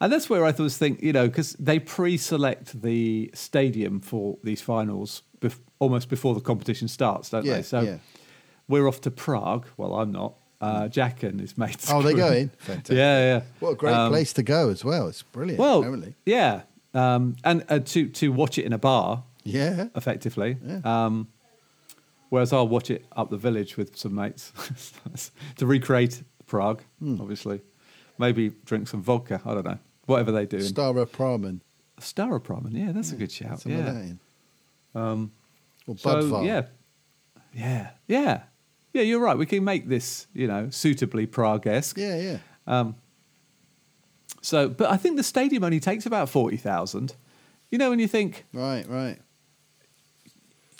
D: And that's where I was thinking, you know, because they pre select the stadium for these finals bef- almost before the competition starts, don't
B: Yeah,
D: they? So
B: yeah.
D: we're off to Prague. Well, I'm not. Uh, Jack and his mates.
B: Oh, they're
D: go
B: going.
D: in.
B: Fantastic.
D: Yeah, yeah.
B: What a great
D: Um,
B: place to go as well. It's brilliant.
D: Well,
B: apparently.
D: yeah. Um, and uh, to, to watch it in a bar,
B: Yeah.
D: effectively.
B: Yeah.
D: Um, whereas I'll watch it up the village with some mates to recreate Prague,
B: Hmm.
D: obviously. Maybe drink some vodka. I don't know. Whatever they do. in-
B: Stara Pramen.
D: Staropramen, yeah, that's a good shout.
B: Some of that
D: Yeah.
B: in.
D: Um,
B: Or
D: so
B: Budvar.
D: yeah, yeah, yeah, yeah. You're right. We can make this, you know, suitably Prague-esque.
B: Yeah, yeah.
D: So, but I think the stadium only takes about forty thousand. You know, when you think,
B: Right, right.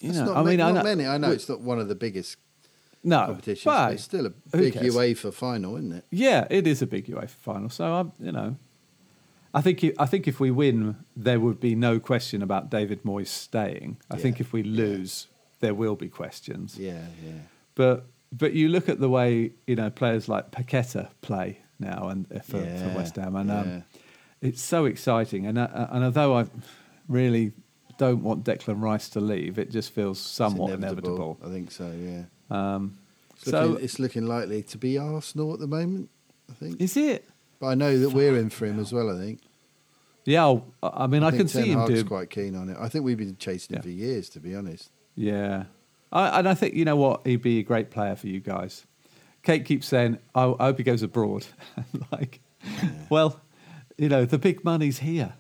D: you
B: It's
D: know,
B: not,
D: I mean,
B: ma-
D: I
B: not
D: know,
B: many. I know
D: we-
B: it's not one of the biggest
D: no
B: competitions, but
D: But
B: it's still a
D: who
B: big
D: cares?
B: UEFA final, isn't it?
D: Yeah, it is a big UEFA final. So I'm, you know, I think if, I think if we win, there would be no question about David Moyes staying. I
B: Yeah,
D: think if we lose, there will be questions.
B: Yeah, yeah.
D: But but you look at the way you know players like Paqueta play now and uh, for,
B: Yeah,
D: for West Ham, and
B: yeah.
D: um, it's so exciting. And uh, uh, and although I really don't want Declan Rice to leave, it just feels
B: It's
D: somewhat inevitable.
B: I think so. Yeah.
D: Um,
B: It's
D: so
B: looking, it's looking likely to be Arsenal at the moment. I think.
D: is it?
B: but I know that we're in for him as well. I think.
D: Yeah, I'll- I mean, I,
B: think
D: can see
B: Ten
D: him
B: Hag's
D: doing.
B: quite keen on it. I think we've been chasing him
D: Yeah.
B: for years, to be honest.
D: Yeah, I, and I think you know what, he'd be a great player for you guys. Kate keeps saying, "I, I hope he goes abroad." like, well, you know, the big money's here.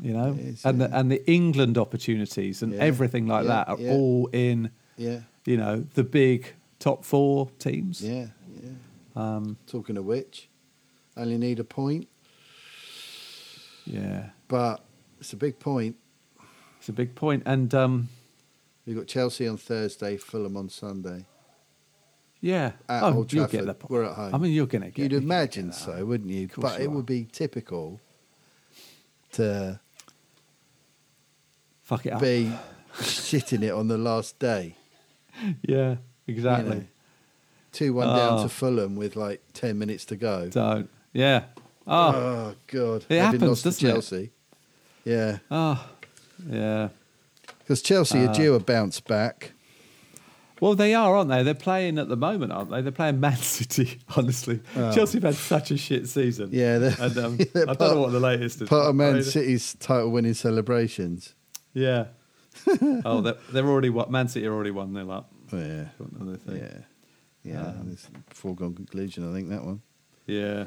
D: You know,
B: It is,
D: and the
B: yeah.
D: and the England opportunities and
B: Yeah,
D: everything like
B: yeah,
D: that are
B: yeah.
D: all in.
B: Yeah,
D: You know, the big top four teams. Um,
B: yeah, yeah. Talking of which, only need a point,
D: yeah,
B: but it's a big point.
D: it's a big point. And um,
B: We've got Chelsea on Thursday, Fulham on Sunday.
D: yeah,
B: At
D: oh,
B: Old
D: you'll get
B: Trafford.
D: the. po-
B: We're at home.
D: I mean, you're gonna get.
B: You'd
D: you're gonna
B: imagine
D: get that.
B: so, wouldn't you?
D: course
B: But
D: you
B: it
D: are.
B: would be typical to
D: Fuck it up.
B: be shitting it on the last day.
D: Yeah, exactly.
B: Two one down
D: Oh.
B: to Fulham with like ten minutes to go.
D: Don't. Yeah.
B: Oh,
D: Oh.
B: god,
D: It
B: Having
D: happens,
B: lost to
D: doesn't it?
B: Chelsea. Yeah,
D: Oh, yeah.
B: because Chelsea
D: Uh.
B: are due a bounce back.
D: Well, they are, aren't they? They're playing at the moment, aren't they? They're playing Man City. Honestly, Chelsea have had such a shit season.
B: Oh. Yeah, they're-
D: and um,
B: they're
D: I don't
B: part-
D: know what the latest is.
B: Part of
D: I
B: Man
D: mean,
B: City's title winning celebrations.
D: Yeah. oh, they're, they're already what Man City are already one nil up.
B: Oh, yeah,
D: Another thing.
B: yeah, yeah.
D: Uh.
B: it's a foregone conclusion, I think that one.
D: Oh, Yeah.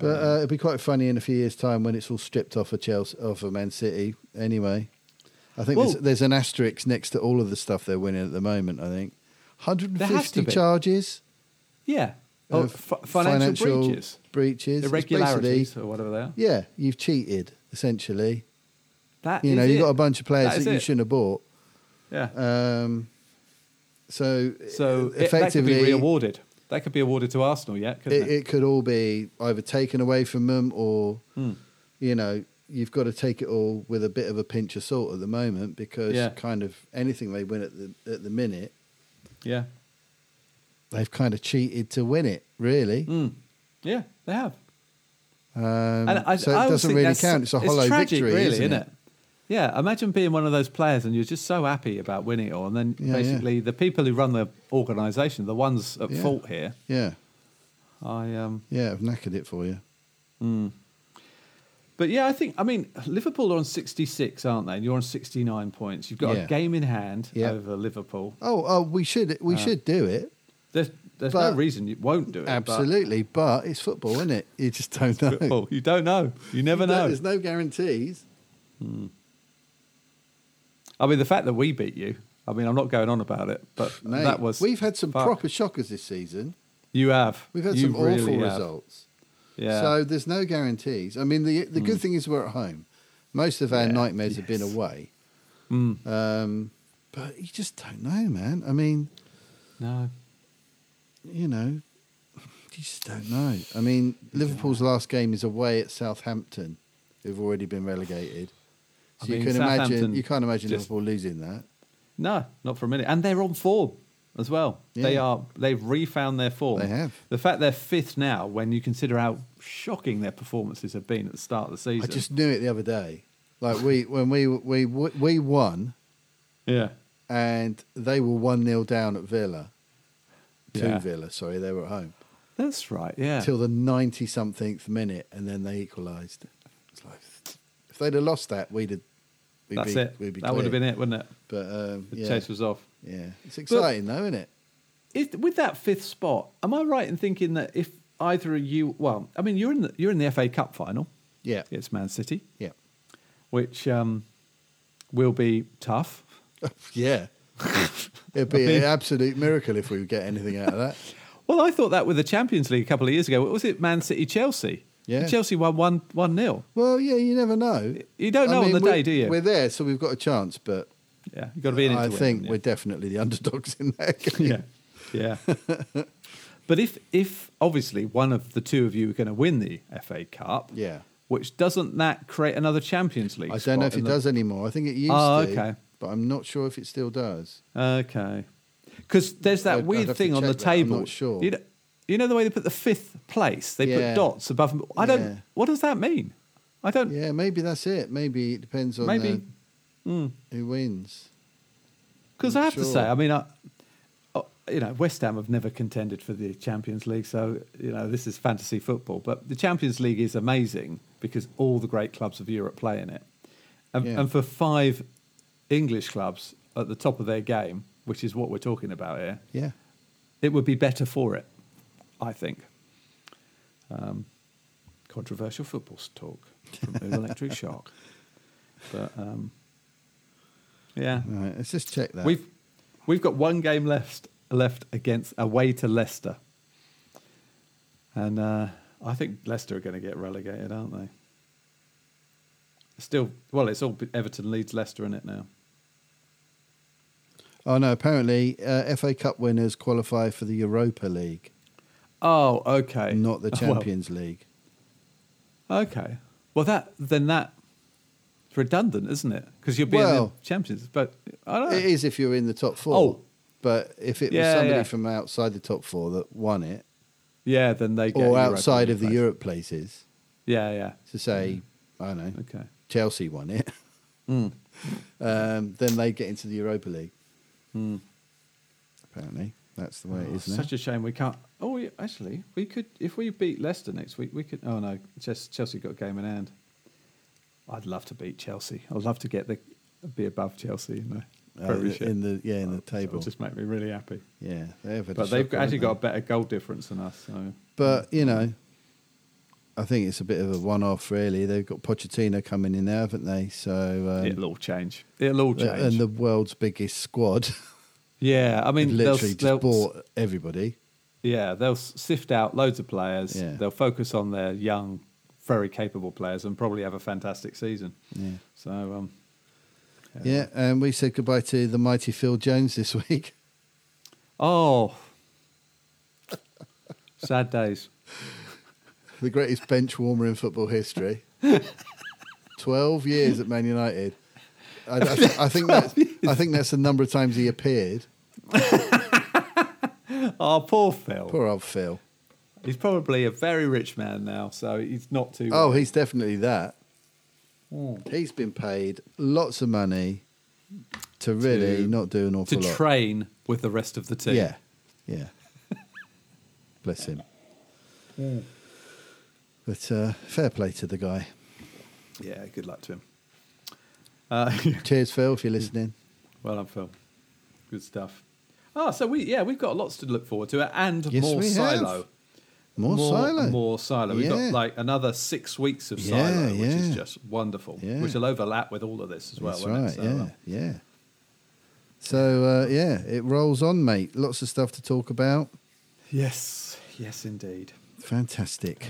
B: But uh, it'd be quite funny in a few years' time when it's all stripped off of Chelsea, off of Man City. Anyway, I think there's,
D: Well-
B: there's an asterisk next to all of the stuff they're winning at the moment. I think
D: There has
B: 150
D: to be.
B: charges, Uh,
D: Yeah. Oh,
B: of
D: f- financial, breaches,
B: breaches, It's basically-
D: irregularities, or whatever they are.
B: Yeah, you've cheated essentially.
D: That
B: You know,
D: is
B: you've got
D: it.
B: a bunch of players
D: That
B: that,
D: is
B: you
D: it.
B: shouldn't have bought.
D: Yeah.
B: Um, so, e-
D: so it, that could be
B: effectively,
D: re-awarded. That could be awarded to Arsenal yet, couldn't
B: it,
D: it?
B: it could all be either taken away from them or,
D: Hmm.
B: you know, you've got to take it all with a bit of a pinch of salt at the moment because
D: Yeah.
B: kind of anything they win at the at the minute,
D: Yeah.
B: they've kind of cheated to win it, really.
D: Mm. Yeah, they have.
B: Um,
D: And I,
B: so
D: I
B: it
D: always
B: doesn't
D: think
B: really
D: that's-
B: count. It's a hollow
D: tragic,
B: victory,
D: really,
B: isn't it?
D: Yeah, imagine being one of those players and you're just so happy about winning it all, and then
B: Yeah, yeah.
D: basically the people who run the organisation, the ones at
B: Yeah.
D: fault here.
B: Yeah,
D: I um,
B: yeah, I've knackered it for you.
D: but yeah, I think I mean Liverpool are on 66, aren't they? And you're on 69 points. You've got
B: Yeah.
D: a game in hand
B: Yeah.
D: over Liverpool.
B: Oh, oh, we should we
D: Ah.
B: should do it.
D: There's there's
B: But-
D: no reason you won't do it. but
B: Absolutely, but, it's football, isn't it? You just don't know.
D: football, you don't know. You never
B: No,
D: know.
B: There's no guarantees.
D: I mean, the fact that we beat you. I mean, I'm not going on about it, but
B: Mate,
D: that was
B: we've had some
D: fuck.
B: proper shockers this season.
D: You have.
B: We've had
D: You
B: some
D: really
B: awful
D: have.
B: results.
D: Yeah. Hmm.
B: So there's no guarantees. I mean, the the good thing is we're at home. Most of our
D: Yeah.
B: nightmares have been
D: Yes.
B: away.
D: Mm.
B: Um, but you just don't know, man. I mean,
D: No.
B: you know, you just don't know. I mean, Liverpool's last game is away at Southampton, who've already been relegated.
D: I
B: So you
D: mean,
B: can imagine
D: Southampton
B: you can't imagine
D: just-
B: Liverpool losing that.
D: No, not for a minute. And they're on form as well. They
B: Yeah.
D: are they've refound their form.
B: They have.
D: The fact they're fifth now when you consider how shocking their performances have been at the start of the
B: I
D: season.
B: just knew it the other day. Like we when we we we won
D: Yeah.
B: and they were one 0 down at Villa, to
D: Yeah.
B: Villa. Sorry, they were at home
D: That's right, yeah.
B: till the ninety somethingth minute, and then they equalised. It's like if they'd have lost that, we'd have. We'd
D: That's
B: be,
D: it.
B: We'd be
D: that would have been it, wouldn't it?
B: But um,
D: The
B: yeah,
D: chase was off.
B: yeah, it's exciting though, isn't it?
D: Is, with that fifth spot, am I right in thinking that if either of you well, I mean you're in the you're in the FA Cup final.
B: Yeah, yeah,
D: It's Man City,
B: yeah.
D: which um, will be tough.
B: It'd be an absolute miracle if we would get anything out of that.
D: Well, I thought that with the Champions League a couple of years ago. What was it? Man City, Chelsea.
B: Yeah.
D: Chelsea won one one nil.
B: Well, yeah, you never know.
D: You don't
B: I
D: know on
B: mean,
D: the
B: we're-
D: day, do you?
B: We're there, so we've got a chance, but
D: yeah, you got to be in it.
B: I
D: to win,
B: think
D: haven't
B: we're definitely the underdogs in that game.
D: you? yeah, yeah. but if if obviously one of the two of you are going to win the FA Cup,
B: Yeah.
D: which doesn't that create another Champions League?
B: I don't know if
D: spot
B: it
D: in the-
B: does anymore. I think it used
D: Oh,
B: to,
D: okay.
B: but I'm not sure if it still does.
D: Okay, because there's that
B: I'd- I'd
D: weird
B: have to
D: thing on the
B: check that. I'm
D: table.
B: not sure.
D: You know, You know the way they put the fifth place? They
B: Yeah.
D: put dots above. them. I don't.
B: Yeah.
D: What does that mean? I don't.
B: Yeah, maybe that's it. Maybe it depends on
D: Maybe. Hmm.
B: uh, who wins.
D: Because I have
B: Sure.
D: to say, I mean, I, oh, you know, West Ham have never contended for the Champions League, so you know this is fantasy football. But the Champions League is amazing because all the great clubs of Europe play in it, and,
B: Yeah.
D: and for five English clubs at the top of their game, which is what we're talking about here,
B: Yeah.
D: it would be better for it, I think. Um, controversial football talk from Ooh Electric Shock, but um, yeah,
B: All right, let's just check that.
D: We've we've got one game left left against away to Leicester, and uh, I think Leicester are going to get relegated, aren't they? Still, well, it's all Everton, Leeds, Leicester in it now.
B: oh no, apparently uh, FA Cup winners qualify for the Europa League,
D: Oh, okay.
B: not the
D: Well,
B: Champions League.
D: okay. Well, that then that it's redundant, isn't it? Because you'll be in
B: Well-
D: the Champions, but I don't know.
B: It is if you're in the top four.
D: Ah. Oh.
B: But if it was
D: Yeah,
B: somebody
D: yeah.
B: from outside the top four that won it,
D: yeah, then they get
B: or
D: Europa
B: outside
D: League
B: of the
D: place.
B: Europe places,
D: Yeah, yeah.
B: to say, I don't know,
D: Okay. Mm.
B: Chelsea won it, um, then they get into the Europa League. Apparently, that's the way it
D: Oh,
B: is now.
D: Mm. such a shame we can't. Oh, we, actually, we could if we beat Leicester next week. We could. Oh no, Ches- Chelsea got a game in hand. I'd love to beat Chelsea. I'd love to get the be above Chelsea in the
B: Uh,
D: Premiership.
B: in the yeah in the
D: That
B: table.
D: would just make me really happy.
B: Yeah, they have had a
D: But they've
B: shocker,
D: got, actually got a
B: haven't
D: better goal difference than us. So
B: they? But you know, I think it's a bit of a one-off, really. They've got Pochettino coming in now, haven't they? So um, uh,
D: it'll all change. It'll all change.
B: and the world's biggest squad.
D: yeah, I mean, they'll,
B: literally just
D: they'll-
B: bought everybody.
D: Yeah, they'll s- sift out loads of players.
B: Yeah.
D: They'll focus on their young, very capable players, and probably have a fantastic season.
B: Yeah.
D: So um,
B: Yeah, and we said goodbye to the mighty Phil Jones this week.
D: Oh. Sad days.
B: the greatest bench warmer in football history. Twelve years at Man United. I, I, th- I think that's I think that's the number of times he appeared.
D: Oh, poor Phil.
B: Poor old Phil.
D: He's probably a very rich man now, so he's not too.
B: Oh, he's definitely that.
D: Mm.
B: He's been paid lots of money to really
D: To-
B: not do an
D: to
B: awful lot.
D: train with the rest of the team.
B: Yeah, yeah. Bless him.
D: Hmm.
B: But uh, fair play to the guy.
D: Yeah, good luck to him. Uh,
B: Cheers, Phil, if you're listening.
D: well done, Phil. Good stuff. Ah, so we yeah we've got lots to look forward to, and
B: Yes,
D: more
B: we have.
D: silo,
B: More, silo.
D: more silo. We've
B: Yeah.
D: got like another six weeks of
B: Yeah,
D: silo, which
B: yeah.
D: is just wonderful.
B: Yeah.
D: Which will overlap with all of this as well.
B: That's
D: won't
B: right.
D: it? So,
B: yeah,
D: um,
B: yeah. So uh, yeah, it rolls on, mate. Lots of stuff to talk about.
D: yes, yes, indeed.
B: Fantastic.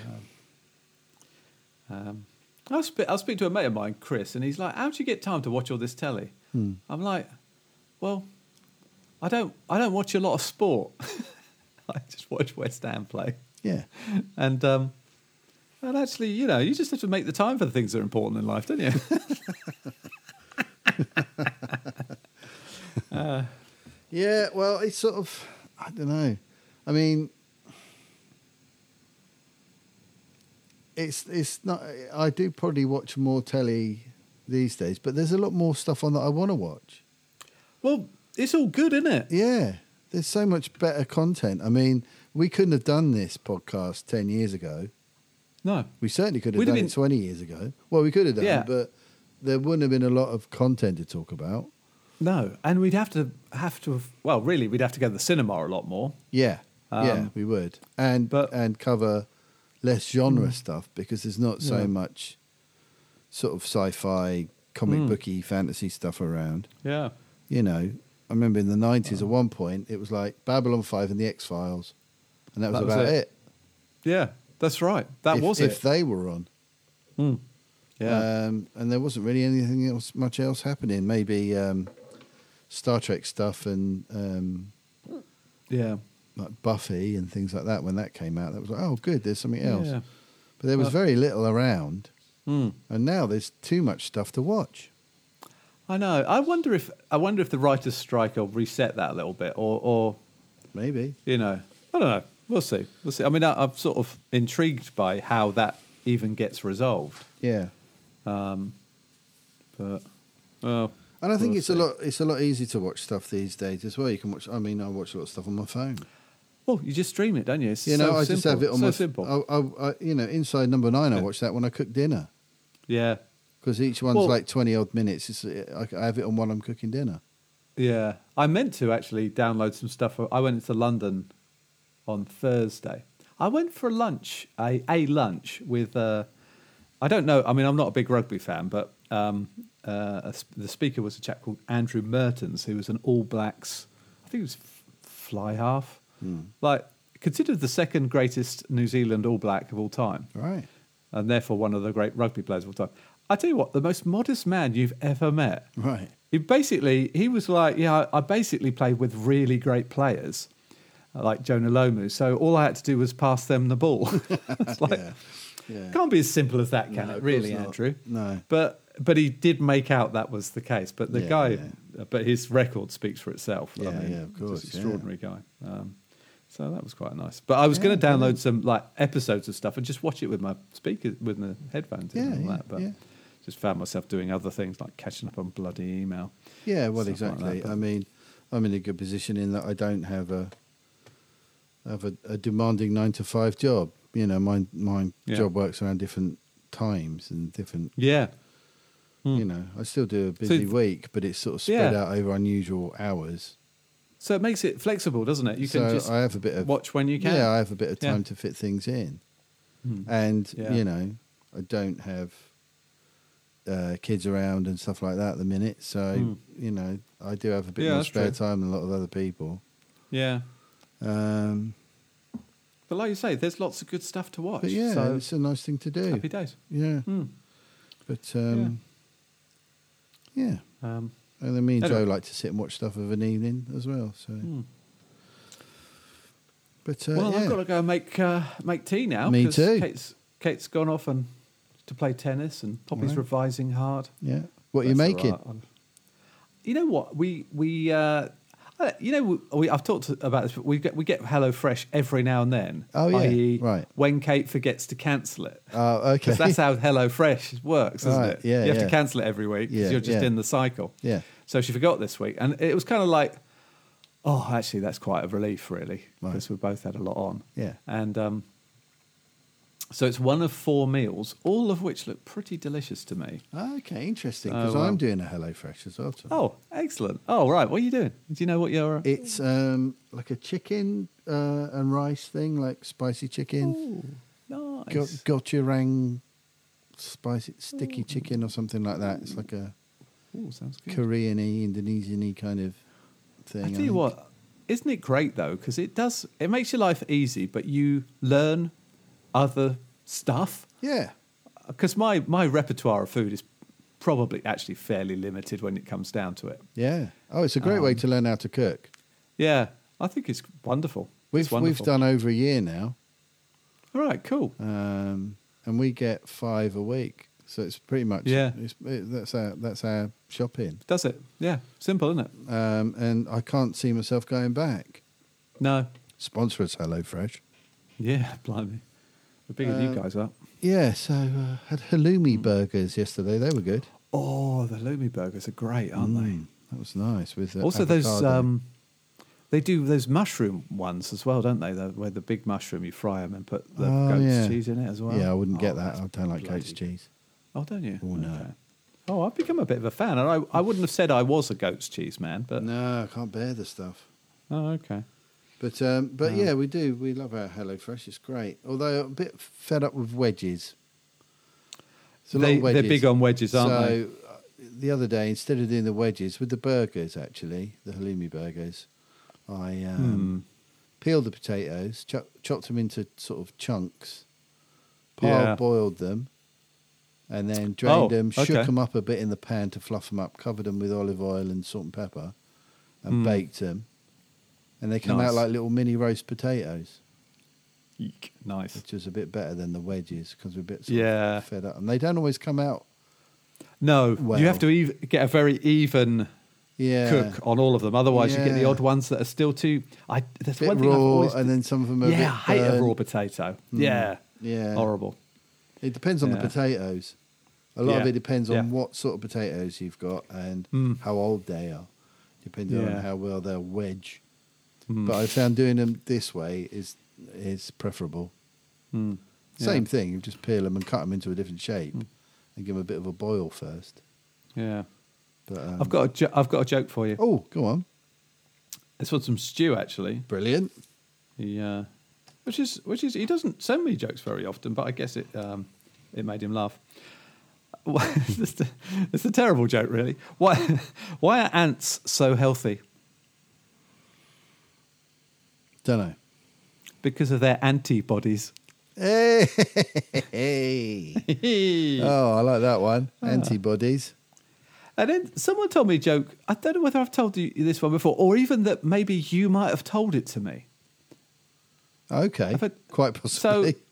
D: Uh-huh. Um, I'll, sp- I'll speak to a mate of mine, Chris, and he's like, "How do you get time to watch all this telly?" I'm like, "Well, I don't. I don't watch a lot of sport. I just watch West Ham play,
B: yeah,
D: and um, and actually, you know, you just have to make the time for the things that are important in life, don't you?"
B: yeah. Well, it's sort of. I don't know. I mean, it's it's not. I do probably watch more telly these days, but there's a lot more stuff on that I want to watch.
D: well, it's all good, isn't it?
B: Yeah, there's so much better content. I mean, we couldn't have done this podcast ten years ago.
D: No,
B: We certainly could have
D: We'd
B: done
D: have
B: it
D: been-
B: 20 years ago. Well, we could have done
D: Yeah.
B: it, but there wouldn't have been a lot of content to talk about.
D: no, and we'd have to have to. Have, well, really, we'd have to go to the cinema a lot more.
B: Yeah. yeah,
D: Um,
B: we would. And
D: but- Mm.
B: and cover less genre stuff because there's not so
D: Yeah.
B: much sort of sci-fi, comic
D: Mm.
B: booky, fantasy stuff around.
D: Yeah.
B: You know, I remember in the 90s
D: Uh.
B: at one point it was like Babylon 5 and the X-Files. And that was
D: That was
B: about
D: it.
B: it.
D: Yeah, that's right. That
B: if,
D: was
B: if
D: it.
B: they were on.
D: Mm. Yeah.
B: Um, and there wasn't really anything else, much else happening. Maybe um, Star Trek stuff and um,
D: yeah.
B: like Buffy and things like that. When that came out, that was like, oh, good, there's something else.
D: Yeah.
B: But there was
D: But-
B: very little around,
D: Mm.
B: and now there's too much stuff to watch.
D: I know. I wonder if I wonder if the writers' strike will reset that a little bit, or, or
B: Maybe
D: you know, I don't know. We'll see. We'll see. I mean, I, I'm sort of intrigued by how that even gets resolved. Um,
B: Yeah.
D: But well,
B: And I think
D: We'll
B: it's a
D: see.
B: lot. It's a lot easier to watch stuff these days as well. You can watch. I mean, I watch a lot of stuff on my phone.
D: well, Oh, you just stream it, don't you? It's
B: You know,
D: so
B: I
D: simple.
B: just have it on
D: so
B: my.
D: simple.
B: I, I, I, you know, inside number nine, I
D: Yeah.
B: watch that when I cook dinner
D: yeah,
B: because each one's
D: Well-
B: like twenty odd minutes. It's, I, I have it on while I'm cooking dinner.
D: yeah. I meant to actually download some stuff. I went to London on Thursday. I went for a lunch, a a lunch with. Uh, I don't know. I mean, I'm not a big rugby fan, but um, uh, a sp- the speaker was a chap called Andrew Mertens, who was an All Blacks. I think he was f- fly half, like considered the second greatest New Zealand All Black of all time.
B: Right.
D: and therefore one of the great rugby players of all time. I tell you what, the most modest man you've ever met.
B: Right.
D: He basically he was like, yeah, I I basically played with really great players uh, like Jonah Lomu. So all I had to do was pass them the ball. it's like
B: yeah. Yeah.
D: can't be as simple as that, can
B: No, of
D: it?
B: course
D: Really,
B: not.
D: Andrew?
B: No.
D: But but he did make out that was the case. But the
B: Yeah,
D: guy, uh,
B: yeah.
D: but his record speaks for itself. I
B: Yeah,
D: mean,
B: yeah, of
D: just
B: course, yeah.
D: extraordinary guy. Um, so that was quite nice. But I was
B: Yeah,
D: going to download some like episodes of stuff and just watch it with my speaker with my headphones in
B: Yeah,
D: and all
B: yeah,
D: that. But
B: yeah.
D: just found myself doing other things like catching up on bloody email.
B: Yeah, well,
D: Stuff like
B: exactly.
D: that, but-
B: I mean, I'm in a good position in that I don't have a have a, a demanding nine to five job. You know, my my
D: Yeah.
B: job works around different times and different.
D: Yeah,
B: You know, I still do a busy
D: Hmm. th-
B: week, but it's sort of spread
D: Yeah.
B: out over unusual hours.
D: so it makes it flexible, doesn't it? You can
B: so
D: just
B: I have a bit of
D: watch when you can.
B: Yeah, I have a bit of
D: Yeah.
B: time to fit things in,
D: Hmm.
B: and
D: Yeah.
B: you know, I don't have uh, kids around and stuff like that at the minute. So
D: Mm.
B: you know, I do have a bit
D: Yeah,
B: more
D: that's
B: spare
D: true.
B: time than a lot of other people.
D: yeah.
B: Um,
D: But like you say, there's lots of good stuff to watch.
B: but yeah,
D: so
B: it's a nice thing to do.
D: happy days.
B: Yeah,
D: Hmm.
B: but um, yeah.
D: Um,
B: and then me and
D: Anyway.
B: Joe like to sit and watch stuff of an evening as well. So,
D: hmm.
B: but uh,
D: well,
B: yeah.
D: I've got to go and make uh, make tea now.
B: Me
D: 'cause
B: too.
D: Kate's Kate's gone off and to play tennis, and Poppy's
B: Right.
D: revising hard.
B: yeah. What are you
D: That's all
B: making?
D: right. I'm- You know what we we uh, uh, you know we, we I've talked about this. But we get we get HelloFresh every now and then.
B: Oh, yeah.
D: i.e.
B: Right.
D: When Kate forgets to cancel it.
B: Oh, okay.
D: Because that's how HelloFresh works, isn't
B: Right,
D: it?
B: yeah,
D: you have
B: yeah.
D: to cancel it every week because
B: Yeah,
D: you're just
B: yeah.
D: in the cycle.
B: Yeah.
D: So she forgot this week, and it was kind of like, oh, actually, that's quite a relief, really,
B: Right.
D: because we both had a lot on.
B: Yeah.
D: And um, so it's one of four meals, all of which look pretty delicious to me.
B: Okay, interesting.
D: Oh,
B: Because
D: well.
B: I'm doing a HelloFresh as well. Tonight.
D: Oh, excellent! Oh, right, what are you doing? Do you know what you're?
B: It's um, like a chicken uh, and rice thing, like spicy chicken,
D: Ooh, nice.
B: go- gochujang, spicy sticky chicken or something like that. It's like a
D: Ooh, sounds good.
B: Korean-y, Indonesian-y kind of thing.
D: I tell you
B: think.
D: what, isn't it great though? Because it does, it makes your life easy, but you learn other stuff.
B: Yeah,
D: Because my, my repertoire of food is probably actually fairly limited when it comes down to it.
B: yeah. Oh, it's a great
D: Um,
B: way to learn how to cook.
D: Yeah, I think it's wonderful.
B: We've
D: it's
B: we've
D: wonderful.
B: done over a year now,
D: All right, cool.
B: um, and we get five a week. So it's pretty much
D: Yeah.
B: It's, it, that's our that's our shopping,
D: Does it? Yeah, simple, isn't it?
B: um, and I can't see myself going back.
D: No.
B: Sponsor us, HelloFresh.
D: Yeah, blimey. The bigger than you
B: Uh,
D: guys are.
B: Yeah, so uh, had halloumi
D: Mm.
B: burgers yesterday. They were good.
D: Oh, the Lumi burgers are great, aren't
B: Mm, that was nice. With
D: they?
B: uh,
D: Also, those
B: avocado.
D: um, they do those mushroom ones as well, don't they? The, where the big mushroom, you fry them and put the
B: Oh,
D: goat's
B: yeah.
D: cheese in it as well.
B: yeah, I wouldn't
D: Oh,
B: get that.
D: that's
B: I don't like
D: bloody-
B: goat's cheese.
D: Oh, don't you?
B: Oh, no.
D: Oh, I've become a bit of a fan, and I, I wouldn't have said I was a goat's cheese man, but
B: No, I can't bear the stuff.
D: oh, okay.
B: But um, but
D: No.
B: yeah, we do. We love our HelloFresh. It's great. Although I'm a bit fed up with wedges. It's a lot
D: they,
B: of wedges.
D: They're big on wedges, aren't
B: so,
D: they?
B: uh, the other day, instead of doing the wedges with the burgers, actually the halloumi burgers, I um,
D: Hmm.
B: peeled the potatoes, cho- chopped them into sort of chunks,
D: Yeah.
B: parboiled boiled them, and then drained
D: Oh,
B: them, shook
D: okay.
B: them up a bit in the pan to fluff them up, covered them with olive oil and salt and pepper, and
D: Mm.
B: baked them. And they come
D: Nice.
B: out like little mini roast potatoes,
D: Eek. Nice.
B: which is a bit better than the wedges because we're a bit sort
D: Yeah.
B: of fed up, and they don't always come out
D: No,
B: Well-
D: you have to ev- get a very even
B: Yeah.
D: cook on all of them. Otherwise, you get the
B: Yeah.
D: odd ones that are still too. I that's
B: bit
D: one thing I've
B: raw,
D: always.
B: and then some of them are a
D: yeah, I
B: bit
D: hate a
B: burnt. Hmm.
D: raw potato. Yeah,
B: Yeah.
D: horrible.
B: It depends on
D: Yeah.
B: the potatoes. A lot of
D: Yeah.
B: it depends on
D: Yeah.
B: what sort of potatoes you've got and
D: Mm.
B: how old they are, depending
D: Yeah.
B: on how well they'll wedge.
D: Mm.
B: But I found doing them this way is is preferable.
D: Mm. Yeah. Hmm.
B: Same thing. You just peel them and cut them into a different shape, and give them a bit of a boil first.
D: Yeah,
B: But um,
D: I've got a jo- I've got a joke for you.
B: oh, go on,
D: This one's from Stew actually.
B: brilliant.
D: Yeah, which is which is he doesn't send me jokes very often, but I guess it um, it made him laugh. it's, a, it's a terrible joke, really. Why why are ants so healthy?
B: Don't know.
D: Because of their antibodies.
B: Hey, hey. oh, I like that one.
D: Ah.
B: Antibodies.
D: Uh, And then someone told me a joke. I don't know whether I've told you this one before, or even that maybe you might have told it to me.
B: Okay,
D: I've had-
B: quite possibly.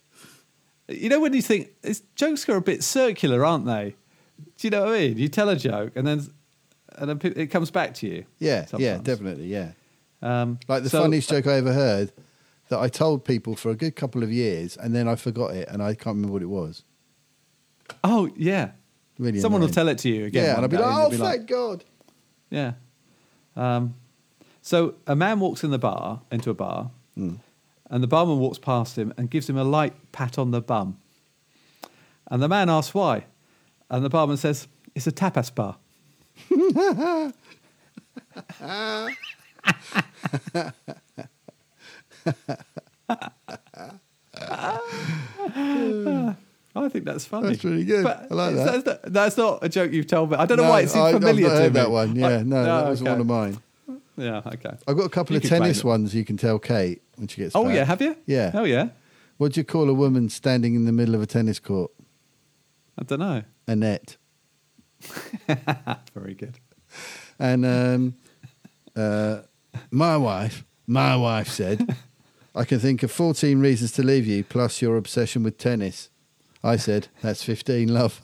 D: You know when you think it's, jokes are a bit circular, aren't they? Do you know what I mean? You tell a joke, and then and then pe- it comes back to you.
B: yeah, yeah,
D: sometimes.
B: definitely, yeah.
D: Um,
B: Like the
D: so-
B: funniest joke I ever heard that I told people for a good couple of years and then I forgot it and I can't remember what it was.
D: Oh yeah,
B: Really
D: someone will
B: annoying.
D: tell it to you again.
B: yeah,
D: one
B: and I'll be
D: day,
B: like,
D: you'll
B: oh,
D: be
B: thank God.
D: yeah. Um, so a man walks in the bar into a bar,
B: Hmm.
D: and the barman walks past him and gives him a light pat on the bum. And the man asks why, and the barman says, "It's a tapas bar." I think that's funny.
B: That's really good. I like that.
D: That's not, that's not a joke you've told me. I don't know
B: No,
D: why it
B: I-
D: seems
B: I've
D: familiar
B: not
D: to
B: heard
D: me.
B: that one. Yeah,
D: I-
B: no, that was
D: okay.
B: one of mine.
D: Yeah, okay.
B: I've got a couple
D: You
B: of
D: could blame
B: tennis
D: it.
B: ones you can tell Kate when she gets
D: Oh
B: back.
D: yeah, have you?
B: Yeah.
D: Oh yeah.
B: What do you call a woman standing in the middle of a tennis court?
D: I don't know.
B: A net.
D: Very good.
B: And um, uh, my wife, my wife said, I can think of 14 reasons to leave you plus your obsession with tennis. I said, that's 15, love.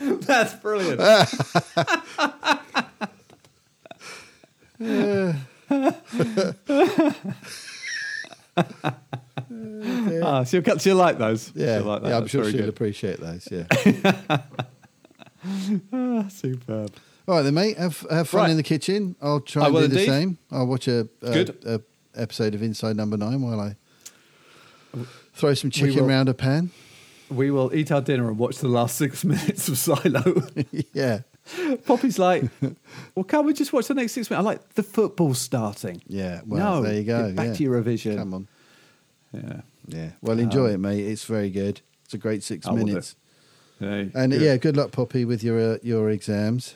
D: That's brilliant. Ah, ah, she'll catch you like those.
B: Yeah,
D: She'll like that.
B: yeah I'm
D: That's
B: sure
D: very
B: she'll
D: good.
B: appreciate those. Yeah.
D: Ah, superb.
B: All right, then, mate. Have, have fun
D: Right.
B: in the kitchen. I'll try
D: I
B: and
D: will
B: do the
D: indeed.
B: same. I'll watch a, a,
D: Good.
B: a episode of Inside Number Nine while I throw some chicken
D: Uh, will-
B: round a pan.
D: We will eat our dinner and watch the last six minutes of Silo.
B: yeah,
D: Poppy's like, well, can't we just watch the next six minutes? I like the football starting.
B: yeah. Well,
D: no,
B: there you go.
D: Get back
B: yeah.
D: to your revision.
B: Come on.
D: Yeah.
B: Yeah. Well, enjoy it, mate. It's very good. It's a great six
D: I will do.
B: minutes.
D: Hey,
B: And
D: good.
B: yeah, good luck, Poppy, with your uh, your exams.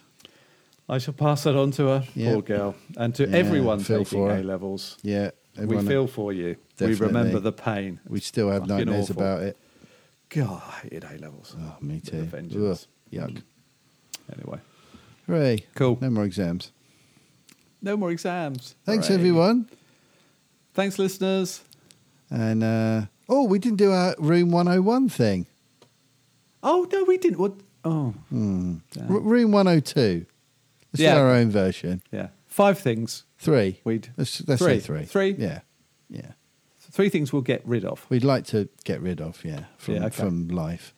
D: I shall pass that on to her,
B: Yeah.
D: poor girl, and to
B: Yeah,
D: everyone
B: feel
D: taking
B: for her.
D: A levels.
B: Yeah,
D: we feel for you.
B: Definitely.
D: We remember the pain.
B: we still have
D: Fucking
B: nightmares
D: awful.
B: about it.
D: God, I hated A levels.
B: Oh, me
D: With a
B: too.
D: vengeance.
B: Ugh, yuck.
D: Anyway,
B: Hooray.
D: Cool.
B: No more exams.
D: no more exams.
B: Thanks,
D: Hooray.
B: everyone.
D: Thanks, listeners.
B: And uh, oh, we didn't do our room 101 thing.
D: Oh no, we didn't. What? Oh,
B: Hmm.
D: Damn.
B: R- room 102. Let's
D: Yeah.
B: do our own version.
D: yeah. Five things
B: Three.
D: we'd
B: Let's, let's say
D: Three.
B: three.
D: Three?
B: Yeah. Yeah.
D: three things we'll get rid of.
B: We'd like to get rid of, yeah, from,
D: Yeah, okay.
B: from life.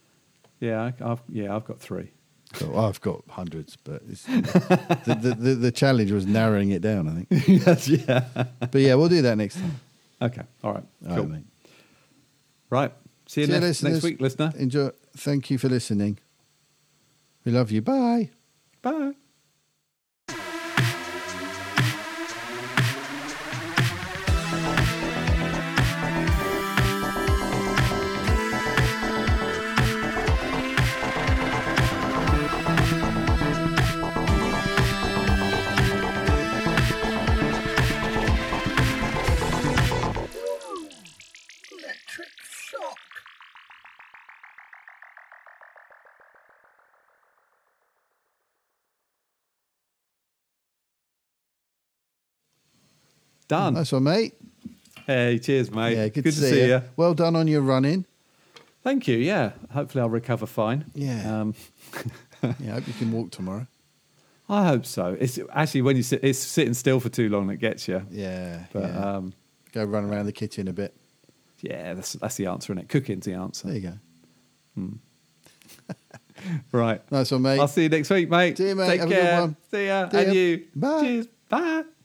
D: Yeah, I, I've yeah, I've got three.
B: So I've got hundreds, but it's, the, the, the, the challenge was narrowing it down, I think.
D: yes, yeah.
B: But yeah, we'll do that next time.
D: Okay. All right.
B: All
D: cool.
B: right, mate.
D: Right. See you,
B: See you,
D: next,
B: listeners.
D: next week, listener.
B: Enjoy. Thank you for listening. We love you. Bye.
D: Bye.
A: Electric shock.
D: Done.
B: Nice one, mate.
D: Hey, cheers, mate.
B: Yeah, good,
D: to see you.
B: Well done on your running.
D: Thank you. Yeah. Hopefully, I'll recover fine.
B: Yeah.
D: Um,
B: Yeah, I hope you can walk tomorrow.
D: I hope so. It's actually when you sit, it's sitting still for too long that gets you.
B: Yeah.
D: But
B: yeah.
D: um,
B: Go run around the kitchen a bit.
D: yeah, that's that's the answer, is it? Cooking's the answer.
B: There you go.
D: Right.
B: Nice one, mate.
D: I'll see you next week, mate.
B: See you, mate.
D: Take
B: Have a good
D: care.
B: one.
D: See ya.
B: See
D: and
B: ya.
D: you.
B: Bye.
D: Cheers. Bye.